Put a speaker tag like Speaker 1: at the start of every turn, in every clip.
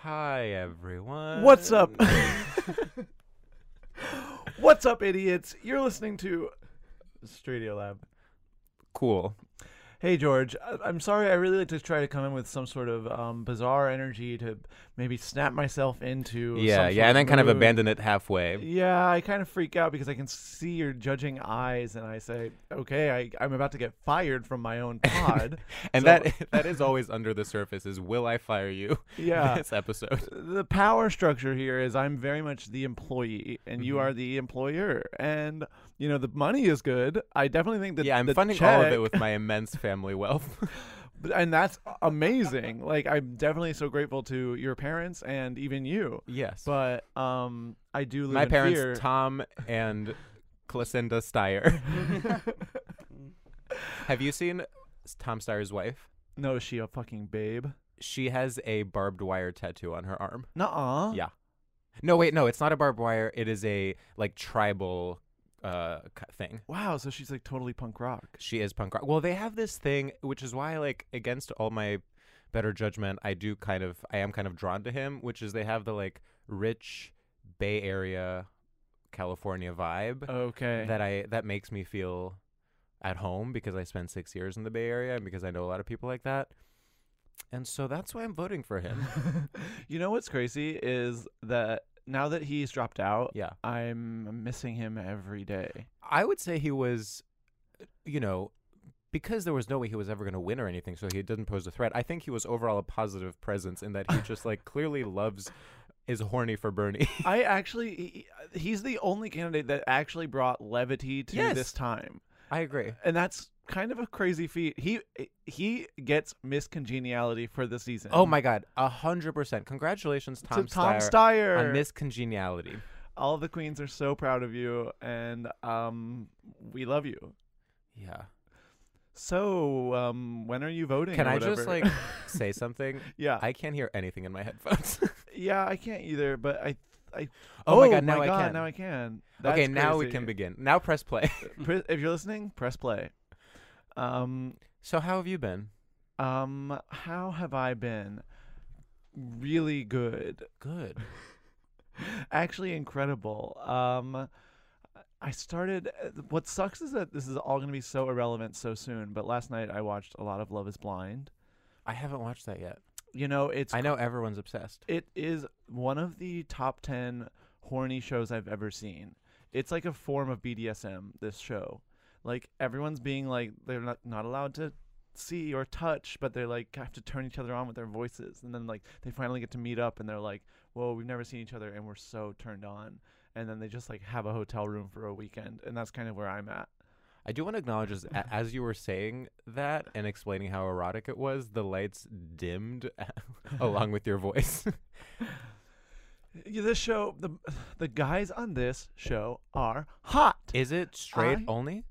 Speaker 1: Hi, everyone.
Speaker 2: What's up? What's up, idiots? You're listening to Studio Lab.
Speaker 1: cool.
Speaker 2: Hey, George. I- I'm sorry. I really like to try to come in with some sort of um, bizarre energy to maybe snap myself into. some
Speaker 1: Yeah, yeah, and
Speaker 2: sort
Speaker 1: then kind of
Speaker 2: mood.
Speaker 1: abandon it halfway.
Speaker 2: Yeah, I kind of freak out because I can see your judging eyes, and I say, "Okay, I, I'm about to get fired from my own pod."
Speaker 1: And
Speaker 2: So-
Speaker 1: that that is always under the surface is will I fire you?
Speaker 2: Yeah.
Speaker 1: This episode.
Speaker 2: the power structure here is I'm very much the employee and
Speaker 1: Mm-hmm.
Speaker 2: you are the employer. And you know, the money is good. I definitely think that
Speaker 1: yeah, I'm
Speaker 2: the
Speaker 1: funding all of
Speaker 2: check-
Speaker 1: it with my immense family wealth.
Speaker 2: and that's amazing. Like I'm definitely so grateful to your parents and even you.
Speaker 1: yes.
Speaker 2: But um I do live
Speaker 1: my
Speaker 2: in
Speaker 1: parents,
Speaker 2: fear.
Speaker 1: Tom and Clacinda Steyer. Have you seen Tom Steyer's wife?
Speaker 2: no, is she a fucking babe?
Speaker 1: She has a barbed wire tattoo on her arm.
Speaker 2: Nuh-uh.
Speaker 1: Yeah. No, wait, no, it's not a barbed wire. It is a like tribal uh cu- thing.
Speaker 2: Wow, so she's like totally punk rock.
Speaker 1: She is punk rock. Well, they have this thing, which is why, like, against all my better judgment, I do kind of, I am kind of drawn to him, which is they have the like rich Bay Area, California vibe
Speaker 2: Okay.
Speaker 1: that I that makes me feel at home because I spent six years in the Bay Area and because I know a lot of people like that, and so that's why I'm voting for him.
Speaker 2: you know what's crazy is that now that he's dropped out,
Speaker 1: Yeah.
Speaker 2: I'm missing him every day.
Speaker 1: I would say he was, you know, because there was no way he was ever going to win or anything, so he didn't pose a threat. I think he was overall a positive presence in that he just like clearly loves, is horny for Bernie.
Speaker 2: I actually, he- uh, he's the only candidate that actually brought levity to
Speaker 1: Yes.
Speaker 2: this time,
Speaker 1: I agree.
Speaker 2: and that's kind of a crazy feat. He he gets Miss Congeniality for the season.
Speaker 1: Oh my God, a hundred percent! Congratulations, Tom,
Speaker 2: Tom
Speaker 1: on
Speaker 2: Steyer.
Speaker 1: Miss Congeniality.
Speaker 2: All the queens are so proud of you, and um, we love you.
Speaker 1: Yeah.
Speaker 2: So, um, when are you voting?
Speaker 1: Can
Speaker 2: or
Speaker 1: I just
Speaker 2: whatever?
Speaker 1: like say something?
Speaker 2: Yeah.
Speaker 1: I can't hear anything in my headphones.
Speaker 2: yeah, I can't either, but I. I
Speaker 1: Oh my God, now I can.
Speaker 2: Now I can. That's
Speaker 1: okay, now we
Speaker 2: crazy.
Speaker 1: can begin. Now press play.
Speaker 2: Pre- if you're listening, press play. Um,
Speaker 1: so how have you been?
Speaker 2: Um, how have I been? Really good.
Speaker 1: Good.
Speaker 2: Actually incredible. Um I started what sucks is that this is all going to be so irrelevant so soon, but last night I watched a lot of Love is Blind.
Speaker 1: I haven't watched that yet.
Speaker 2: You know, it's
Speaker 1: I know everyone's obsessed.
Speaker 2: it is one of the top 10 horny shows I've ever seen. It's like a form of BDSM, this show. Like, everyone's being like, they're not, not allowed to see or touch, but they're like, have to turn each other on with their voices. And then, like, they finally get to meet up and they're like, whoa, we've never seen each other and we're so turned on. And then they just like have a hotel room for a weekend. And that's kind of where I'm at.
Speaker 1: I do want to acknowledge as, a- as you were saying that and explaining how erotic it was, the lights dimmed along with your voice.
Speaker 2: Yeah, This show, the, the guys on this show are hot.
Speaker 1: Is it straight
Speaker 2: I-
Speaker 1: only?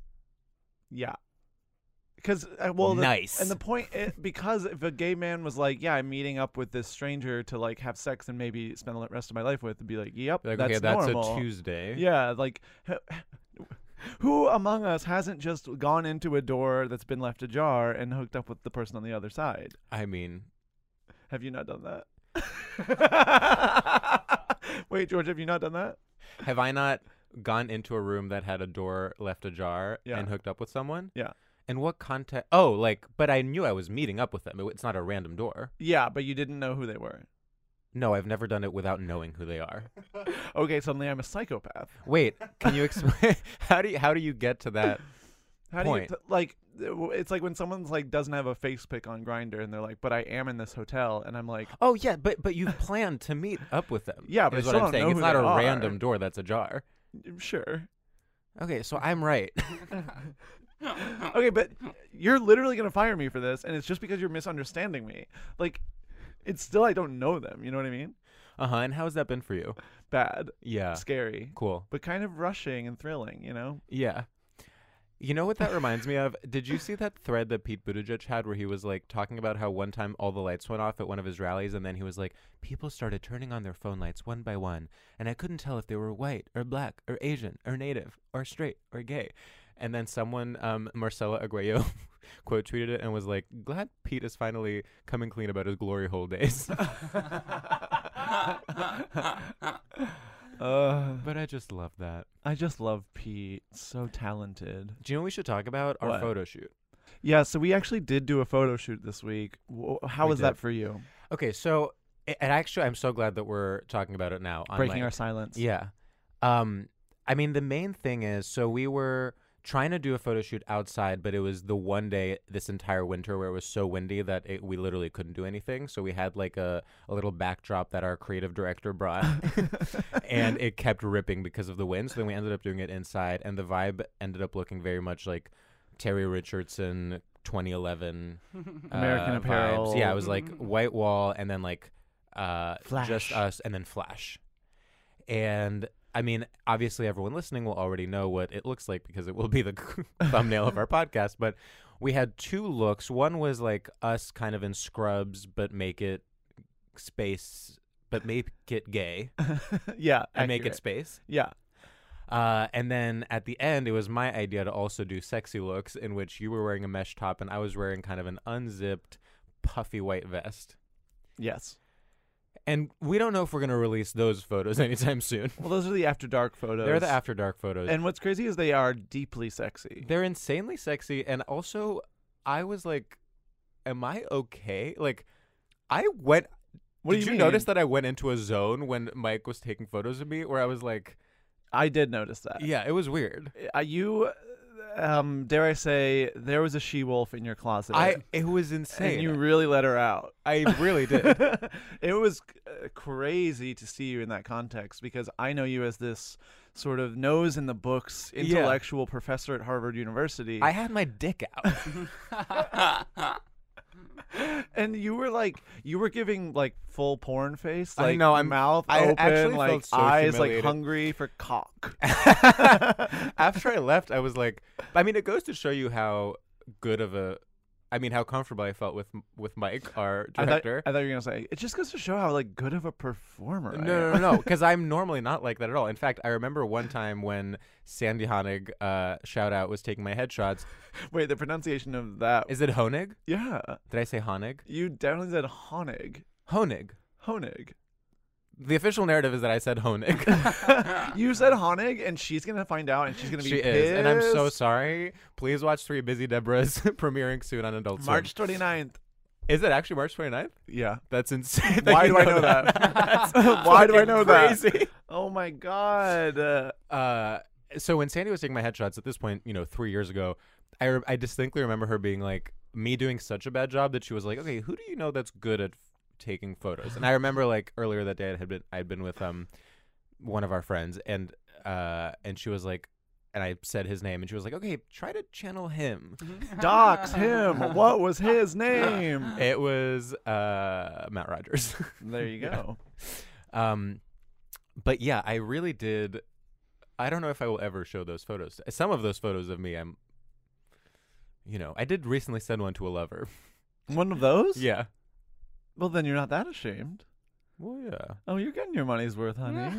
Speaker 2: Yeah. Because uh, well, the-
Speaker 1: Nice.
Speaker 2: and the point i because if a gay man was like, "Yeah, I'm meeting up with this stranger to like have sex and maybe spend the rest of my life with," and be like, "Yep,
Speaker 1: Like,
Speaker 2: that's
Speaker 1: okay, that's
Speaker 2: normal."
Speaker 1: a Tuesday.
Speaker 2: Yeah, like who among us hasn't just gone into a door that's been left ajar and hooked up with the person on the other side?
Speaker 1: I mean,
Speaker 2: Have you not done that? Wait, George, have you not done that?
Speaker 1: have I not gone into a room that had a door left ajar
Speaker 2: Yeah.
Speaker 1: and hooked up with someone?
Speaker 2: Yeah.
Speaker 1: In what context? Oh, like, but I knew I was meeting up with them. It- It's not a random door.
Speaker 2: Yeah, but you didn't know who they were.
Speaker 1: No, I've never done it without knowing who they are.
Speaker 2: Okay, suddenly I'm a psychopath.
Speaker 1: Wait, can you explain? how do you, how do you get to that?
Speaker 2: How
Speaker 1: point.
Speaker 2: do you t- like? it w- It's like when someone's like doesn't have a face pick on Grinder, and they're like, "But I am in this hotel," and I'm like,
Speaker 1: Oh yeah, but but you've planned to meet up with them.
Speaker 2: Yeah, but I
Speaker 1: is
Speaker 2: still
Speaker 1: what I'm
Speaker 2: don't
Speaker 1: saying.
Speaker 2: know
Speaker 1: it's
Speaker 2: who
Speaker 1: not
Speaker 2: they
Speaker 1: a
Speaker 2: are.
Speaker 1: random door that's ajar.
Speaker 2: "Mm, "Sure."
Speaker 1: Okay, so I'm right.
Speaker 2: Okay, but you're literally gonna fire me for this, and it's just because you're misunderstanding me. Like, it's still I don't know them. You know what I mean?
Speaker 1: uh huh. And how's that been for you?
Speaker 2: Bad,
Speaker 1: Yeah.
Speaker 2: scary,
Speaker 1: Cool.
Speaker 2: but kind of rushing and thrilling. You know?
Speaker 1: Yeah. You know what that reminds me of? Did you see that thread that Pete Buttigieg had where he was like talking about how one time all the lights went off at one of his rallies and then he was like, people started turning on their phone lights one by one and I couldn't tell if they were white or black or Asian or native or straight or gay. And then someone, um, Marcela Arguello, quote tweeted it and was like, glad Pete is finally coming clean about his glory hole days.
Speaker 2: Uh,
Speaker 1: but I just love that.
Speaker 2: I just love Pete. So talented.
Speaker 1: Do you know what we should talk about? Our
Speaker 2: What?
Speaker 1: photo shoot.
Speaker 2: Yeah. So we actually did do a photo shoot this week. Wh- How
Speaker 1: We
Speaker 2: was that
Speaker 1: did.
Speaker 2: for you?
Speaker 1: Okay, so, a- and actually, I'm so glad that we're talking about it now. on
Speaker 2: Breaking
Speaker 1: mic.
Speaker 2: our silence.
Speaker 1: Yeah. Um, I mean, the main thing is so we were trying to do a photo shoot outside, but it was the one day this entire winter where it was so windy that it, we literally couldn't do anything. So we had like a, a little backdrop that our creative director brought, and it kept ripping because of the wind. So then we ended up doing it inside, and the vibe ended up looking very much like Terry Richardson. 2011
Speaker 2: American
Speaker 1: uh,
Speaker 2: Apparel.
Speaker 1: vibes. Yeah, it was like white wall and then like uh,
Speaker 2: Flash.
Speaker 1: just us and then flash. And I mean, obviously, everyone listening will already know what it looks like because it will be the thumbnail of our podcast. But we had two looks. One was like us kind of in scrubs, but make it space, but make it gay
Speaker 2: yeah.
Speaker 1: and make it
Speaker 2: accurate.
Speaker 1: space.
Speaker 2: Yeah.
Speaker 1: Uh, and then at the end, it was my idea to also do sexy looks, in which you were wearing a mesh top and I was wearing kind of an unzipped, puffy white vest.
Speaker 2: Yes.
Speaker 1: And we don't know if we're going to release those photos anytime soon.
Speaker 2: Well, those are the after dark photos.
Speaker 1: They're the after dark photos.
Speaker 2: And what's crazy is they are deeply sexy.
Speaker 1: They're insanely sexy, and also, I was like, "Am I okay?" Like, I went.
Speaker 2: What do
Speaker 1: did
Speaker 2: you
Speaker 1: you,
Speaker 2: mean?
Speaker 1: notice that I went into a zone when Mike was taking photos of me, where I was like,
Speaker 2: I did notice that.
Speaker 1: "Yeah, it was weird."
Speaker 2: Uh, you, um, dare I say, there was a she wolf in your closet.
Speaker 1: I it was insane.
Speaker 2: and you really let her out.
Speaker 1: I really did.
Speaker 2: it was uh, crazy to see you in that context because I know you as this sort of nose in the books
Speaker 1: Yeah.
Speaker 2: intellectual professor at Harvard University.
Speaker 1: I had my dick out.
Speaker 2: and you were like, you were giving like full porn face.
Speaker 1: I
Speaker 2: Like,
Speaker 1: know, I'm-
Speaker 2: mouth
Speaker 1: I
Speaker 2: open,
Speaker 1: actually
Speaker 2: like
Speaker 1: felt so
Speaker 2: eyes
Speaker 1: humiliated.
Speaker 2: like hungry for cock.
Speaker 1: After I left, I was like, I mean, it goes to show you how good of a, I mean, how comfortable I felt with with Mike, our
Speaker 2: I thought,
Speaker 1: director.
Speaker 2: I thought you were gonna say it just goes to show how like good of a performer. I
Speaker 1: No, no,
Speaker 2: am.
Speaker 1: no, because I'm normally not like that at all. In fact, I remember one time when Sandy Honig, uh, shout out, was taking my headshots.
Speaker 2: Wait, the pronunciation of that.
Speaker 1: Is it Honig?
Speaker 2: yeah,
Speaker 1: Did I say Honig?
Speaker 2: you definitely said Honig.
Speaker 1: Honig.
Speaker 2: Honig.
Speaker 1: The official narrative is that I said Honig.
Speaker 2: You said Honig, and she's gonna find out, and she's gonna be
Speaker 1: Ah, she
Speaker 2: pissed.
Speaker 1: is, and I'm so sorry. Please watch Three Busy Debras premiering soon on Adult Swim.
Speaker 2: March 29th.
Speaker 1: Is it actually March 29th?
Speaker 2: Yeah.
Speaker 1: That's insane. that
Speaker 2: Why
Speaker 1: you
Speaker 2: do I know that?
Speaker 1: That's
Speaker 2: Why do I
Speaker 1: fucking
Speaker 2: know
Speaker 1: crazy.
Speaker 2: that? Oh my god. Uh,
Speaker 1: Uh, so when Sandy was taking my headshots at this point, you know, three years ago, I, re- I distinctly remember her being like, me doing such a bad job that she was like, okay, who do you know that's good at f- taking photos? And I remember like earlier that day I had been, I'd been with um one of our friends and, uh, and she was like, and I said his name and she was like, okay, try to channel him.
Speaker 2: dox him. What was his name?
Speaker 1: It was uh, Matt Rogers.
Speaker 2: There you go.
Speaker 1: Um, but yeah, I really did. I don't know if I will ever show those photos. Some of those photos of me, I'm, you know, I did recently send one to a lover.
Speaker 2: One of those?
Speaker 1: yeah.
Speaker 2: Well, then you're not that ashamed.
Speaker 1: Well, yeah.
Speaker 2: Oh, you're getting your money's worth, honey.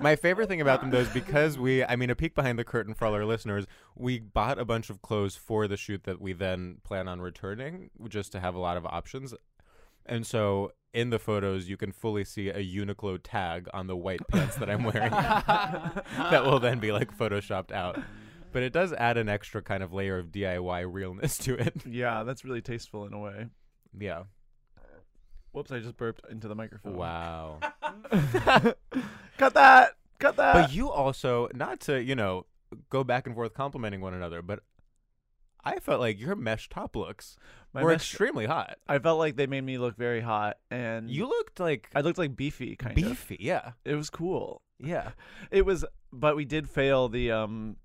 Speaker 1: My favorite thing about them, though, is because we, I mean, a peek behind the curtain for all our listeners, we bought a bunch of clothes for the shoot that we then plan on returning just to have a lot of options. And so in the photos, you can fully see a Uniqlo tag on the white pants that I'm wearing that will then be like photoshopped out. But it does add an extra kind of layer of DIY realness to it.
Speaker 2: yeah, that's really tasteful in a way.
Speaker 1: Yeah.
Speaker 2: Whoops, I just burped into the microphone.
Speaker 1: Wow.
Speaker 2: Cut that. Cut that.
Speaker 1: But you also, not to, you know, go back and forth complimenting one another, but I felt like your mesh top looks
Speaker 2: My
Speaker 1: were
Speaker 2: mesh-
Speaker 1: extremely hot.
Speaker 2: I felt like they made me look very hot, and
Speaker 1: You looked Mm. like
Speaker 2: I looked like beefy, kind of.
Speaker 1: beefy. Yeah.
Speaker 2: It was cool.
Speaker 1: Yeah.
Speaker 2: It was, but we did fail the um,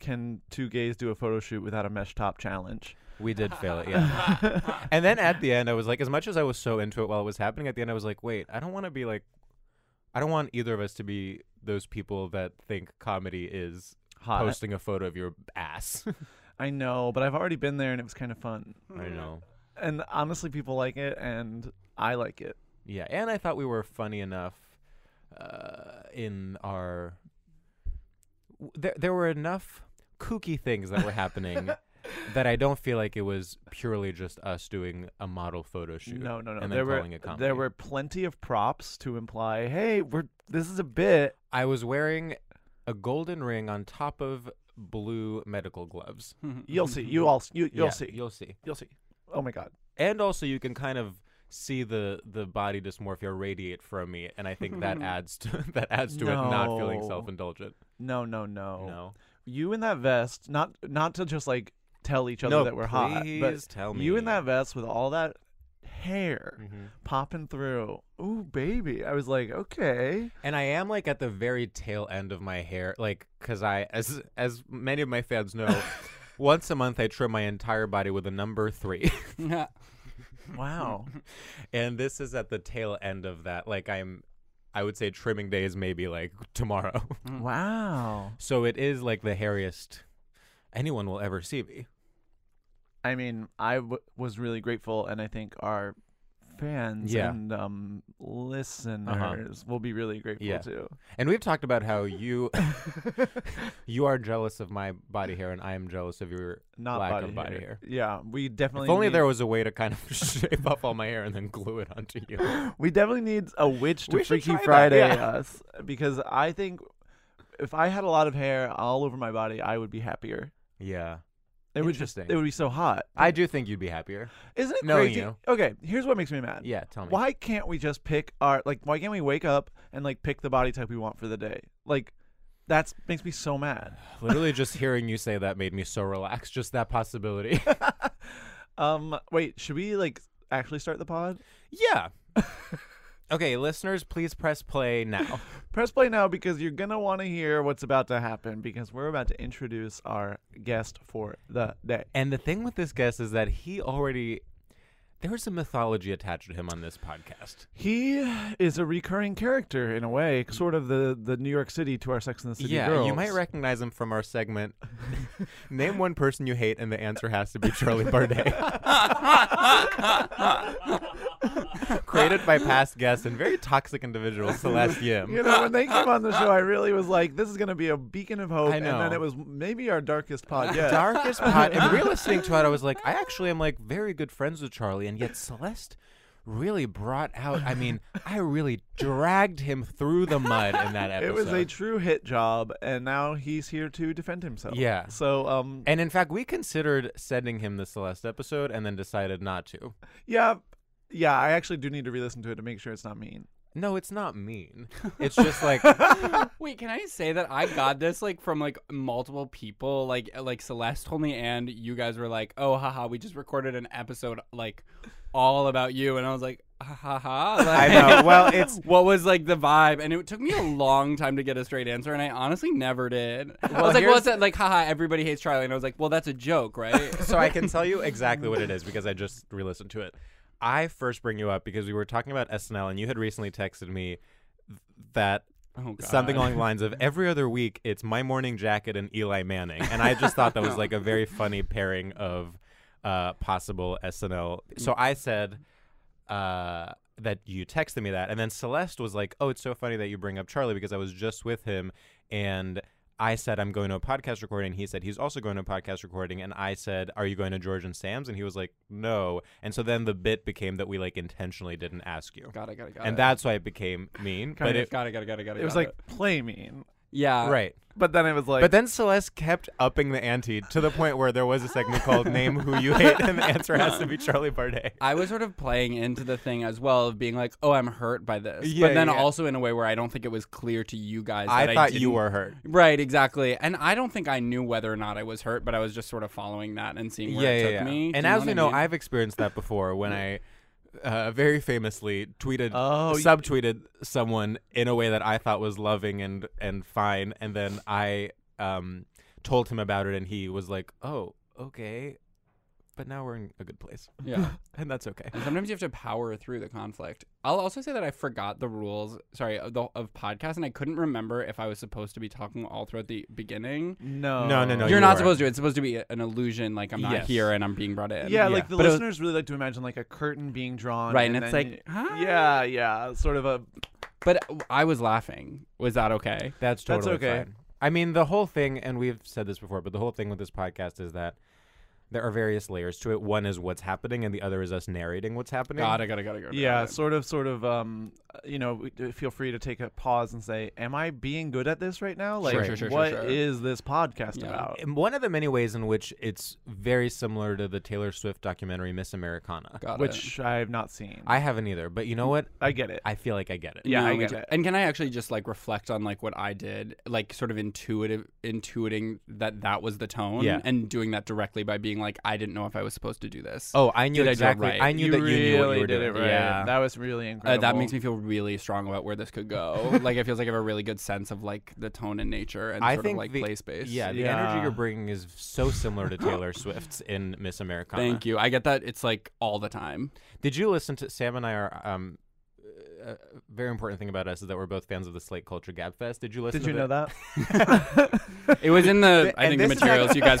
Speaker 2: can two gays do a photo shoot without a mesh top challenge?
Speaker 1: We did fail it. Yeah. and then at the end, I was like, as much as I was so into it while it was happening, at the end, I was like, wait, I don't want to be like, I don't want either of us to be those people that think comedy is
Speaker 2: Hot.
Speaker 1: posting a photo of your ass.
Speaker 2: I know, but I've already been there, and it was kind of fun.
Speaker 1: I know.
Speaker 2: And honestly, people like it, and I like it.
Speaker 1: Yeah, and I thought we were funny enough uh, in our. w- There, there were enough kooky things that were happening that I don't feel like it was purely just us doing a model photo shoot.
Speaker 2: No, no, no.
Speaker 1: And then
Speaker 2: there were
Speaker 1: calling it comedy.
Speaker 2: there were plenty of props to imply, hey, we're this is a bit.
Speaker 1: I was wearing a golden ring on top of blue medical gloves.
Speaker 2: You'll see. You all. s- You, Hmm, you'll
Speaker 1: Yeah,
Speaker 2: see. You'll,
Speaker 1: You'll see.
Speaker 2: see. Oh my god.
Speaker 1: And also, you can kind of see the the body dysmorphia radiate from me, and I think that adds to that adds to it not feeling
Speaker 2: No. Oh.
Speaker 1: self indulgent.
Speaker 2: No, no, no.
Speaker 1: No.
Speaker 2: You in that vest. Not not to just like tell each other
Speaker 1: No,
Speaker 2: that we're hot.
Speaker 1: please
Speaker 2: But
Speaker 1: tell
Speaker 2: you in
Speaker 1: me.
Speaker 2: that vest with all that hair popping through. Ooh, baby. I was like, okay.
Speaker 1: And I am like at the very tail end of my hair, like because I, as as many of my fans know, once a month I trim my entire body with a number three,
Speaker 2: Wow.
Speaker 1: and this is at the tail end of that. Like I'm, I would say trimming day is maybe like tomorrow,
Speaker 2: Mm-hmm. wow.
Speaker 1: so it is like the hairiest anyone will ever see me.
Speaker 2: I mean, I w- was really grateful, and I think our fans
Speaker 1: Yeah.
Speaker 2: and um, listeners will be really grateful
Speaker 1: Yeah.
Speaker 2: too.
Speaker 1: And we've talked about how you, you are jealous of my body hair, and I am jealous of your
Speaker 2: Not
Speaker 1: lack
Speaker 2: body,
Speaker 1: of body hair.
Speaker 2: Yeah, we definitely.
Speaker 1: If only
Speaker 2: need,
Speaker 1: there was a way to kind of shape up all my hair and then glue it onto you.
Speaker 2: We definitely need a witch to
Speaker 1: We should
Speaker 2: Freaky
Speaker 1: try that,
Speaker 2: Friday
Speaker 1: yeah.
Speaker 2: us because I think if I had a lot of hair all over my body, I would be happier.
Speaker 1: Yeah.
Speaker 2: It would just.
Speaker 1: Interesting.
Speaker 2: It would be so hot.
Speaker 1: I do think you'd be happier.
Speaker 2: Isn't it
Speaker 1: Knowing
Speaker 2: crazy?
Speaker 1: you.
Speaker 2: Okay, here's what makes me mad.
Speaker 1: Yeah, tell me.
Speaker 2: Why can't we just pick our like? Why can't we wake up and like pick the body type we want for the day? Like, that's makes me so mad.
Speaker 1: Literally just hearing you say that made me so relaxed. Just that possibility.
Speaker 2: Um, wait, should we like actually start the pod?
Speaker 1: yeah. Okay, listeners, please press play now.
Speaker 2: Press play now because you're gonna want to hear what's about to happen because we're about to introduce our guest for the day.
Speaker 1: And the thing with this guest is that he already there's a mythology attached to him on this podcast.
Speaker 2: He is a recurring character in a way, sort of the the New York City to our Sex and the City
Speaker 1: yeah,
Speaker 2: girls.
Speaker 1: you might recognize him from our segment. Name one person you hate, and the answer has to be Charlie Bardet. Created by past guests and very toxic individuals, Celeste Yim.
Speaker 2: You know, when they came on the show, I really was like, "This is gonna be a beacon of hope."
Speaker 1: I
Speaker 2: And then
Speaker 1: know.
Speaker 2: it was maybe our darkest pod yet.
Speaker 1: darkest pot. And re listening to it, I was like, I actually am like very good friends with Charlie, and yet Celeste really brought out. I mean, I really dragged him through the mud in that episode.
Speaker 2: It was a true hit job, and now he's here to defend himself.
Speaker 1: Yeah.
Speaker 2: So, um,
Speaker 1: and in fact, we considered sending him the Celeste episode and then decided not to.
Speaker 2: yeah, yeah, I actually do need to re-listen to it to make sure it's not mean.
Speaker 3: No, it's not mean. It's just like
Speaker 1: Wait, can I say that I got this like from like multiple people? Like uh, like Celeste told me, and you guys were like, "Oh, haha, we just recorded an episode like all about you," and I was like, "Ha ha ha!"
Speaker 3: I know. Well, it's-
Speaker 1: what was like the vibe, and it took me a long time to get a straight answer, and I honestly never did. I
Speaker 3: Well,
Speaker 1: was like, "Well,
Speaker 3: here's-
Speaker 1: it's that like haha, everybody hates Charlie," and I was like, "Well, that's a joke, right?"
Speaker 3: so I can tell you exactly what it is because I just re-listened to it. I first bring you up because we were talking about SNL, and you had recently texted me th- that
Speaker 1: Oh, God.
Speaker 3: something along the lines of every other week it's my morning jacket and Eli Manning, and I just thought that was like a very funny pairing of uh, possible SNL.
Speaker 1: Mm.
Speaker 3: So I said. Uh, that you texted me that, and then Celeste was like, "Oh, it's so funny that you bring up Charlie because I was just with him, and I said I'm going to a podcast recording. He said he's also going to a podcast recording, and I said, "Are you going to George and Sam's?" And he was like, "No." And so then the bit became that we like intentionally didn't ask you,
Speaker 1: Got it, got it, got
Speaker 3: and
Speaker 1: it.
Speaker 3: that's why it became mean.
Speaker 2: Kind
Speaker 3: but
Speaker 2: of.
Speaker 3: it,
Speaker 1: got it, got it, got it, got it.
Speaker 2: It was
Speaker 1: got
Speaker 2: like play mean,
Speaker 1: yeah,
Speaker 3: right.
Speaker 2: but then it was like.
Speaker 3: But then Celeste kept upping the ante to the point where there was a segment called "Name Who You Hate," and the answer has to be Charlie Bardet.
Speaker 1: I was sort of playing into the thing as well of being like, "Oh, I'm hurt by this,"
Speaker 3: Yeah,
Speaker 1: but then
Speaker 3: yeah.
Speaker 1: also in a way where I don't think it was clear to you guys.
Speaker 3: I
Speaker 1: that
Speaker 3: thought you
Speaker 1: didn't-
Speaker 3: were hurt.
Speaker 1: right, exactly, and I don't think I knew whether or not I was hurt, but I was just sort of following that and seeing where it took me.
Speaker 3: And
Speaker 1: Do you
Speaker 3: as we know,
Speaker 1: what I mean?
Speaker 3: I've experienced that before when I uh, very famously tweeted,
Speaker 2: Oh, y-
Speaker 3: subtweeted someone in a way that I thought was loving and and fine, and then I um, told him about it, and he was like, "Oh, okay." But now we're in a good place,
Speaker 1: yeah.
Speaker 3: and that's okay.
Speaker 1: And sometimes you have to power through the conflict. I'll also say that I forgot the rules, sorry, of, the, of podcast, and I couldn't remember if I was supposed to be talking all throughout the beginning.
Speaker 2: no,
Speaker 3: No, no, no,
Speaker 1: You're
Speaker 3: you
Speaker 1: not
Speaker 3: were.
Speaker 1: supposed to. It's supposed to be an illusion, like I'm not
Speaker 3: Yes.
Speaker 1: here and I'm being brought in.
Speaker 3: Yeah.
Speaker 2: Yeah, like the
Speaker 1: But it was-
Speaker 2: listeners really like to imagine like a curtain being drawn,
Speaker 1: Right, and it's
Speaker 2: then
Speaker 1: like,
Speaker 2: y-
Speaker 1: "Hi."
Speaker 2: yeah, yeah, sort of a
Speaker 1: But I was laughing. Was that okay?
Speaker 3: That's
Speaker 2: That's
Speaker 3: totally
Speaker 2: okay.
Speaker 3: fine. I mean, the whole thing, and we've said this before, but the whole thing with this podcast is that there are various layers to it. One is what's happening, and the other is us narrating what's happening.
Speaker 1: God, I gotta, gotta, gotta.
Speaker 2: yeah, sort of, sort of. Um, you know, we- uh, feel free to take a pause and say, "Am I being good at this right now? Like, what
Speaker 1: Sure,
Speaker 2: is
Speaker 1: sure, sure, sure, sure.
Speaker 2: this podcast
Speaker 1: Yeah.
Speaker 2: about?"
Speaker 3: And one of the many ways in which it's very similar to the Taylor Swift documentary Miss Americana.
Speaker 1: Got
Speaker 2: Which I have not seen.
Speaker 3: I haven't either, but you know what?
Speaker 2: I get it.
Speaker 3: I feel like I get it.
Speaker 2: Yeah,
Speaker 1: No,
Speaker 2: I
Speaker 1: me
Speaker 2: get
Speaker 1: too.
Speaker 2: it.
Speaker 1: And can I actually just like reflect on like what I did, like sort of intuitive, intuiting that that was the tone,
Speaker 3: Yeah.
Speaker 1: and doing that directly by being like, I didn't know if I was supposed to do this.
Speaker 3: Oh, I
Speaker 1: Did
Speaker 3: knew
Speaker 1: I do it
Speaker 3: exactly.
Speaker 1: right?
Speaker 3: I knew that you knew what
Speaker 2: really
Speaker 3: you were
Speaker 2: did
Speaker 3: doing.
Speaker 2: it right.
Speaker 1: Yeah.
Speaker 2: That was really
Speaker 1: Uh,
Speaker 2: incredible.
Speaker 1: that makes me feel really strong about where this could go. like, it feels like I have a really good sense of like the tone and nature and
Speaker 3: I
Speaker 1: sort
Speaker 3: think
Speaker 1: of like
Speaker 3: the,
Speaker 1: play space.
Speaker 3: Yeah, the
Speaker 2: Yeah.
Speaker 3: energy you're bringing is so similar to Taylor Swift's in Miss Americana.
Speaker 1: Thank you. I get that. It's like all the time.
Speaker 3: Did you listen to Sam and I are um uh, very important thing about us is that we're both fans of the Slate Culture Gab Fest. Did you listen?
Speaker 2: Did
Speaker 3: to the-
Speaker 2: you know that?
Speaker 1: It was in the
Speaker 3: Th-
Speaker 1: I think
Speaker 3: and
Speaker 1: the
Speaker 3: this is like-
Speaker 1: materials you guys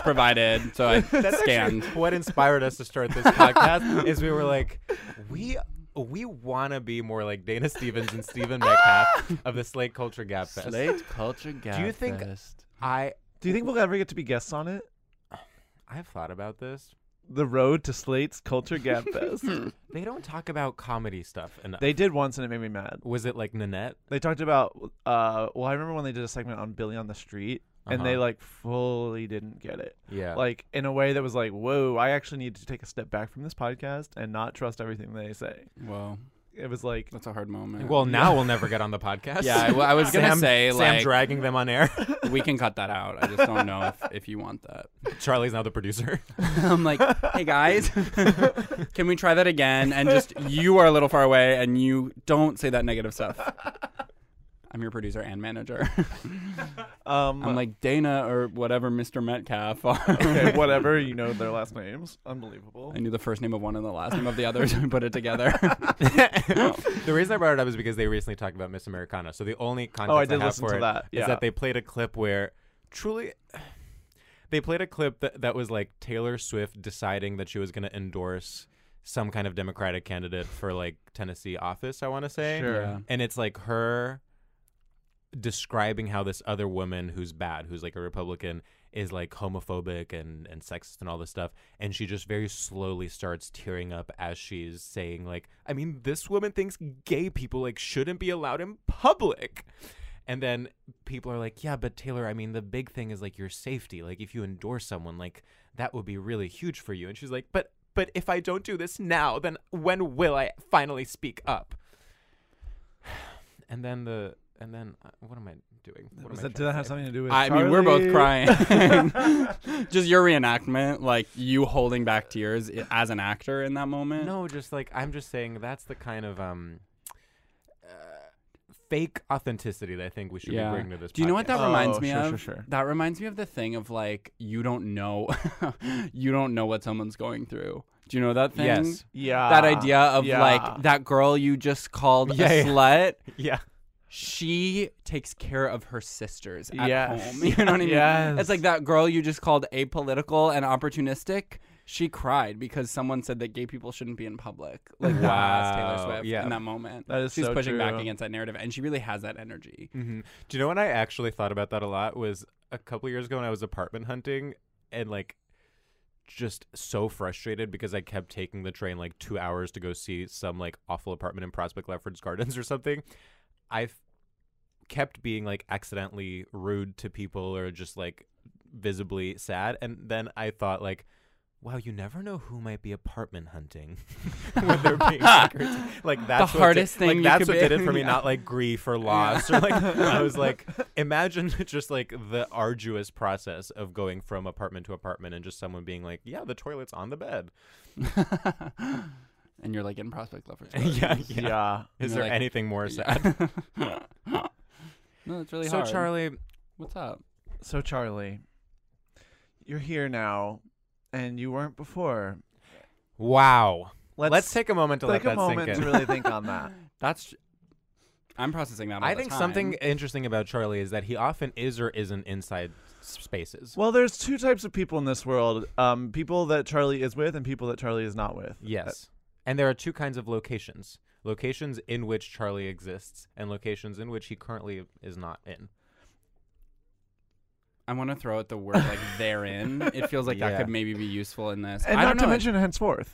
Speaker 1: provided, so I scanned.
Speaker 3: Actually, what inspired us to start this podcast is we were like, we we want to be more like Dana Stevens and Stephen Metcalf of the Slate Culture Gap Fest.
Speaker 1: culture gap.
Speaker 3: you think- I
Speaker 2: Do you think we'll ever get to be guests on it?
Speaker 3: I've thought about this.
Speaker 2: The road to Slate's Culture Gap Fest.
Speaker 3: They don't talk about comedy stuff enough.
Speaker 2: they did once, and it made me mad.
Speaker 3: was it like Nanette?
Speaker 2: They talked about. Uh, well, I remember when they did a segment on Billy on the Street, and they
Speaker 3: Uh-huh.
Speaker 2: like fully didn't get it.
Speaker 3: Yeah.
Speaker 2: like in a way that was like, whoa, I actually need to take a step back from this podcast and not trust everything they say.
Speaker 1: Whoa,
Speaker 2: It was like,
Speaker 1: that's a hard moment.
Speaker 3: well, now we'll never get on the podcast.
Speaker 1: yeah, I, well, I was gonna
Speaker 3: Sam,
Speaker 1: say
Speaker 3: Sam
Speaker 1: like
Speaker 3: dragging them on air.
Speaker 1: we can cut that out. I just don't know if, if you want that.
Speaker 3: Charlie's now the producer.
Speaker 1: I'm like, hey guys, can we try that again? And just you are a little far away, and you don't say that negative stuff. I'm your producer and manager.
Speaker 2: um,
Speaker 1: I'm like Dana or whatever Mr. Metcalf. Are.
Speaker 2: okay, whatever, you know their last names. Unbelievable.
Speaker 1: I knew the first name of one and the last name of the other, so I put it together.
Speaker 3: The reason I brought it up is because they recently talked about Miss Americana. So the only context
Speaker 2: Oh, I
Speaker 3: I,
Speaker 2: did
Speaker 3: have
Speaker 2: listen
Speaker 3: for
Speaker 2: to
Speaker 3: it
Speaker 2: that,
Speaker 3: is
Speaker 2: yeah.
Speaker 3: that they played a clip where truly they played a clip that, that was like Taylor Swift deciding that she was going to endorse some kind of Democratic candidate for like Tennessee office, I want to say.
Speaker 2: Sure.
Speaker 1: Yeah.
Speaker 3: And it's like her describing how this other woman who's bad, who's like a Republican, is like homophobic and, and sexist and all this stuff. And she just very slowly starts tearing up as she's saying, like, I mean, this woman thinks gay people like shouldn't be allowed in public. And then people are like, yeah, but Taylor, I mean, the big thing is like your safety. Like, if you endorse someone, like that would be really huge for you. And she's like, but
Speaker 4: but if I don't do this now, then when will I finally speak up?
Speaker 3: And then the and then uh, what am I doing? What
Speaker 2: Was
Speaker 3: am I trying
Speaker 2: that, did that
Speaker 3: to
Speaker 2: have
Speaker 3: say?
Speaker 2: something to do with?
Speaker 1: I mean, we're both crying.
Speaker 2: Charlie?
Speaker 1: just your reenactment, like you holding back tears i- as an actor in that moment.
Speaker 3: No, just like I'm just saying that's the kind of um uh, fake authenticity that I think we should be bringing to this.
Speaker 1: Do you know what
Speaker 3: podcast.
Speaker 1: that reminds
Speaker 2: Oh,
Speaker 1: me
Speaker 2: sure,
Speaker 1: of?
Speaker 2: sure, sure.
Speaker 1: That reminds me of the thing of like you don't know, you don't know what someone's going through. Do you know that thing?
Speaker 3: Yes.
Speaker 2: Yeah.
Speaker 1: That idea of
Speaker 2: Ah, yeah.
Speaker 1: like that girl you just called
Speaker 3: Yeah,
Speaker 1: a
Speaker 3: yeah.
Speaker 1: slut.
Speaker 3: Yeah.
Speaker 1: She takes care of her sisters at
Speaker 2: Yes.
Speaker 1: home. You know what I mean?
Speaker 2: Yes.
Speaker 1: It's like that girl you just called apolitical and opportunistic. She cried because someone said that gay people shouldn't be in public. Like that's Taylor
Speaker 3: Wow.
Speaker 1: Swift
Speaker 3: Yeah.
Speaker 1: in that moment.
Speaker 2: That is
Speaker 1: She's
Speaker 2: so
Speaker 1: pushing back
Speaker 2: true. Mm-hmm.
Speaker 1: against that narrative, and she really has that energy.
Speaker 3: hmm Do you know what I actually thought about that a lot was a couple years ago when I was apartment hunting and like just so frustrated because I kept taking the train like two hours to go see some like awful apartment in Prospect Lefferts Gardens or something. I've kept being like accidentally rude to people or just like visibly sad. And then I thought like, wow, you never know who might be apartment hunting when they're being secrecy. like that's what
Speaker 1: hardest
Speaker 3: did,
Speaker 1: thing
Speaker 3: Like,
Speaker 1: you
Speaker 3: that's
Speaker 1: could
Speaker 3: what
Speaker 1: be-
Speaker 3: did it for me.
Speaker 1: Yeah.
Speaker 3: Not like grief or loss or like I was like, imagine just like the arduous process of going from apartment to apartment and just someone being like, yeah, the toilet's on the bed.
Speaker 1: and you're like in Prospect Lovers.
Speaker 3: yeah, yeah.
Speaker 2: Yeah.
Speaker 3: Is there
Speaker 1: You're like,
Speaker 3: anything more sad?
Speaker 1: no, it's really
Speaker 3: So
Speaker 1: hard.
Speaker 3: Charlie,
Speaker 1: what's up?
Speaker 2: So Charlie, you're here now, and you weren't before.
Speaker 3: wow. Let's,
Speaker 2: Let's
Speaker 3: take a moment to let
Speaker 2: Take a
Speaker 3: that sink
Speaker 2: moment
Speaker 3: in.
Speaker 2: to really think on that.
Speaker 1: That's. I'm processing that. All
Speaker 3: I
Speaker 1: the
Speaker 3: think
Speaker 1: time.
Speaker 3: something interesting about Charlie is that he often is or isn't inside s- spaces.
Speaker 2: Well, there's two types of people in this world: um, people that Charlie is with, and people that Charlie is not with.
Speaker 3: Yes. And there are two kinds of locations locations in which Charlie exists and locations in which he currently is not in.
Speaker 1: I want to throw out the word like therein. It feels like
Speaker 3: Yeah.
Speaker 1: that could maybe be useful in this.
Speaker 2: and
Speaker 1: I
Speaker 2: not
Speaker 1: don't
Speaker 2: to
Speaker 1: know.
Speaker 2: mention henceforth.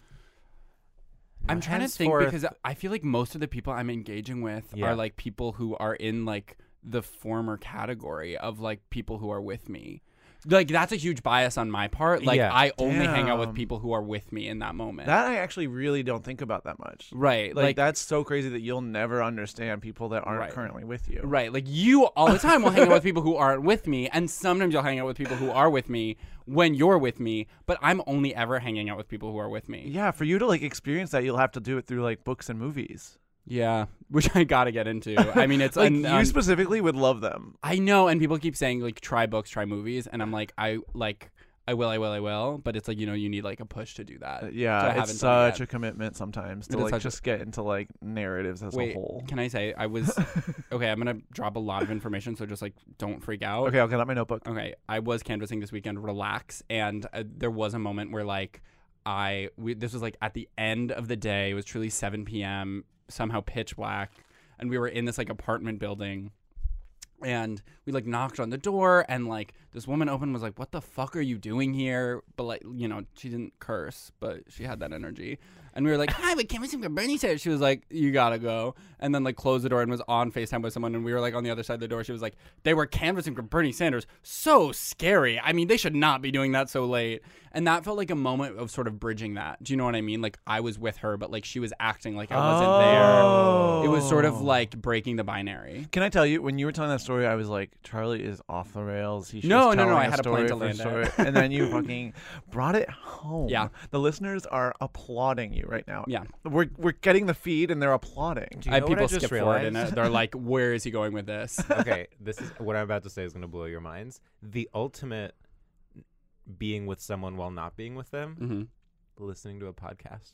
Speaker 1: I'm trying to think
Speaker 3: Henceforth-
Speaker 1: because I feel like most of the people I'm engaging with
Speaker 3: Yeah.
Speaker 1: are like people who are in like the former category of like people who are with me. Like that's a huge bias on my part. Like
Speaker 3: Yeah.
Speaker 1: I only hang out with
Speaker 2: Damn.
Speaker 1: people who are with me in that moment.
Speaker 2: That I actually really don't think about that much.
Speaker 1: right.
Speaker 2: Like,
Speaker 1: Like,
Speaker 2: that's so crazy that you'll never understand people that aren't
Speaker 1: Right.
Speaker 2: currently with you.
Speaker 1: Right. Like you all the time will hang out with people who aren't with me, and sometimes you'll hang out with people who are with me when you're with me, but I'm only ever hanging out with people who are with me.
Speaker 2: Yeah, for you to like experience that, you'll have to do it through like books and movies.
Speaker 1: Yeah. Which I gotta get into. I mean it's
Speaker 2: like
Speaker 1: an,
Speaker 2: you
Speaker 1: um,
Speaker 2: specifically would love them.
Speaker 1: I know, and people keep saying like try books, try movies, and I'm like, I like I will, I will, I will, but it's like, you know, you need like a push to do that.
Speaker 2: Uh,
Speaker 1: So I
Speaker 2: Yeah,
Speaker 1: haven't
Speaker 2: it's
Speaker 1: done it
Speaker 2: such
Speaker 1: yet.
Speaker 2: a commitment sometimes
Speaker 1: It
Speaker 2: to
Speaker 1: is
Speaker 2: like
Speaker 1: such a-
Speaker 2: just get into like narratives as
Speaker 1: Wait,
Speaker 2: a whole.
Speaker 1: can I say I was okay? I'm gonna drop a lot of information, so just like don't freak out.
Speaker 2: Okay, I'll get out my notebook.
Speaker 1: Okay, I was canvassing this weekend. Relax, and uh, there was a moment where like I we, this was like at the end of the day. It was truly 7 p.m. Somehow pitch black, and we were in this like apartment building. And we like knocked on the door, and like this woman opened and was like, "What the fuck are you doing here?" But like, you know, she didn't curse, but she had that energy. And we were like, "Hi, we're canvassing for Bernie Sanders." She was like, "You gotta go," and then like closed the door and was on Facetime with someone. And we were like on the other side of the door. She was like, "They were canvassing for Bernie Sanders. So scary. I mean, they should not be doing that so late." And that felt like a moment of sort of bridging that. Do you know what I mean? Like I was with her, but like she was acting like I wasn't there. It was sort of
Speaker 2: Oh.
Speaker 1: like breaking the binary.
Speaker 2: Can I tell you when you were telling that story, I was like, Charlie is off the rails. He's
Speaker 1: No,
Speaker 2: just
Speaker 1: no, no,
Speaker 2: telling
Speaker 1: I had a
Speaker 2: story
Speaker 1: plan to
Speaker 2: for
Speaker 1: land
Speaker 2: story.
Speaker 1: it.
Speaker 2: and then you fucking brought it home.
Speaker 1: Yeah.
Speaker 2: the listeners are applauding you right now.
Speaker 1: Yeah.
Speaker 2: we're we're getting the feed and they're applauding.
Speaker 3: Do you
Speaker 1: I
Speaker 3: know
Speaker 1: had
Speaker 3: what I
Speaker 1: people
Speaker 3: just
Speaker 1: skip forward in
Speaker 3: realized?
Speaker 1: it. They're like, "Where is he going with this?"
Speaker 3: okay, this is what I'm about to say is going to blow your minds. The ultimate being with someone while not being with them,
Speaker 1: hmm
Speaker 3: listening to a podcast.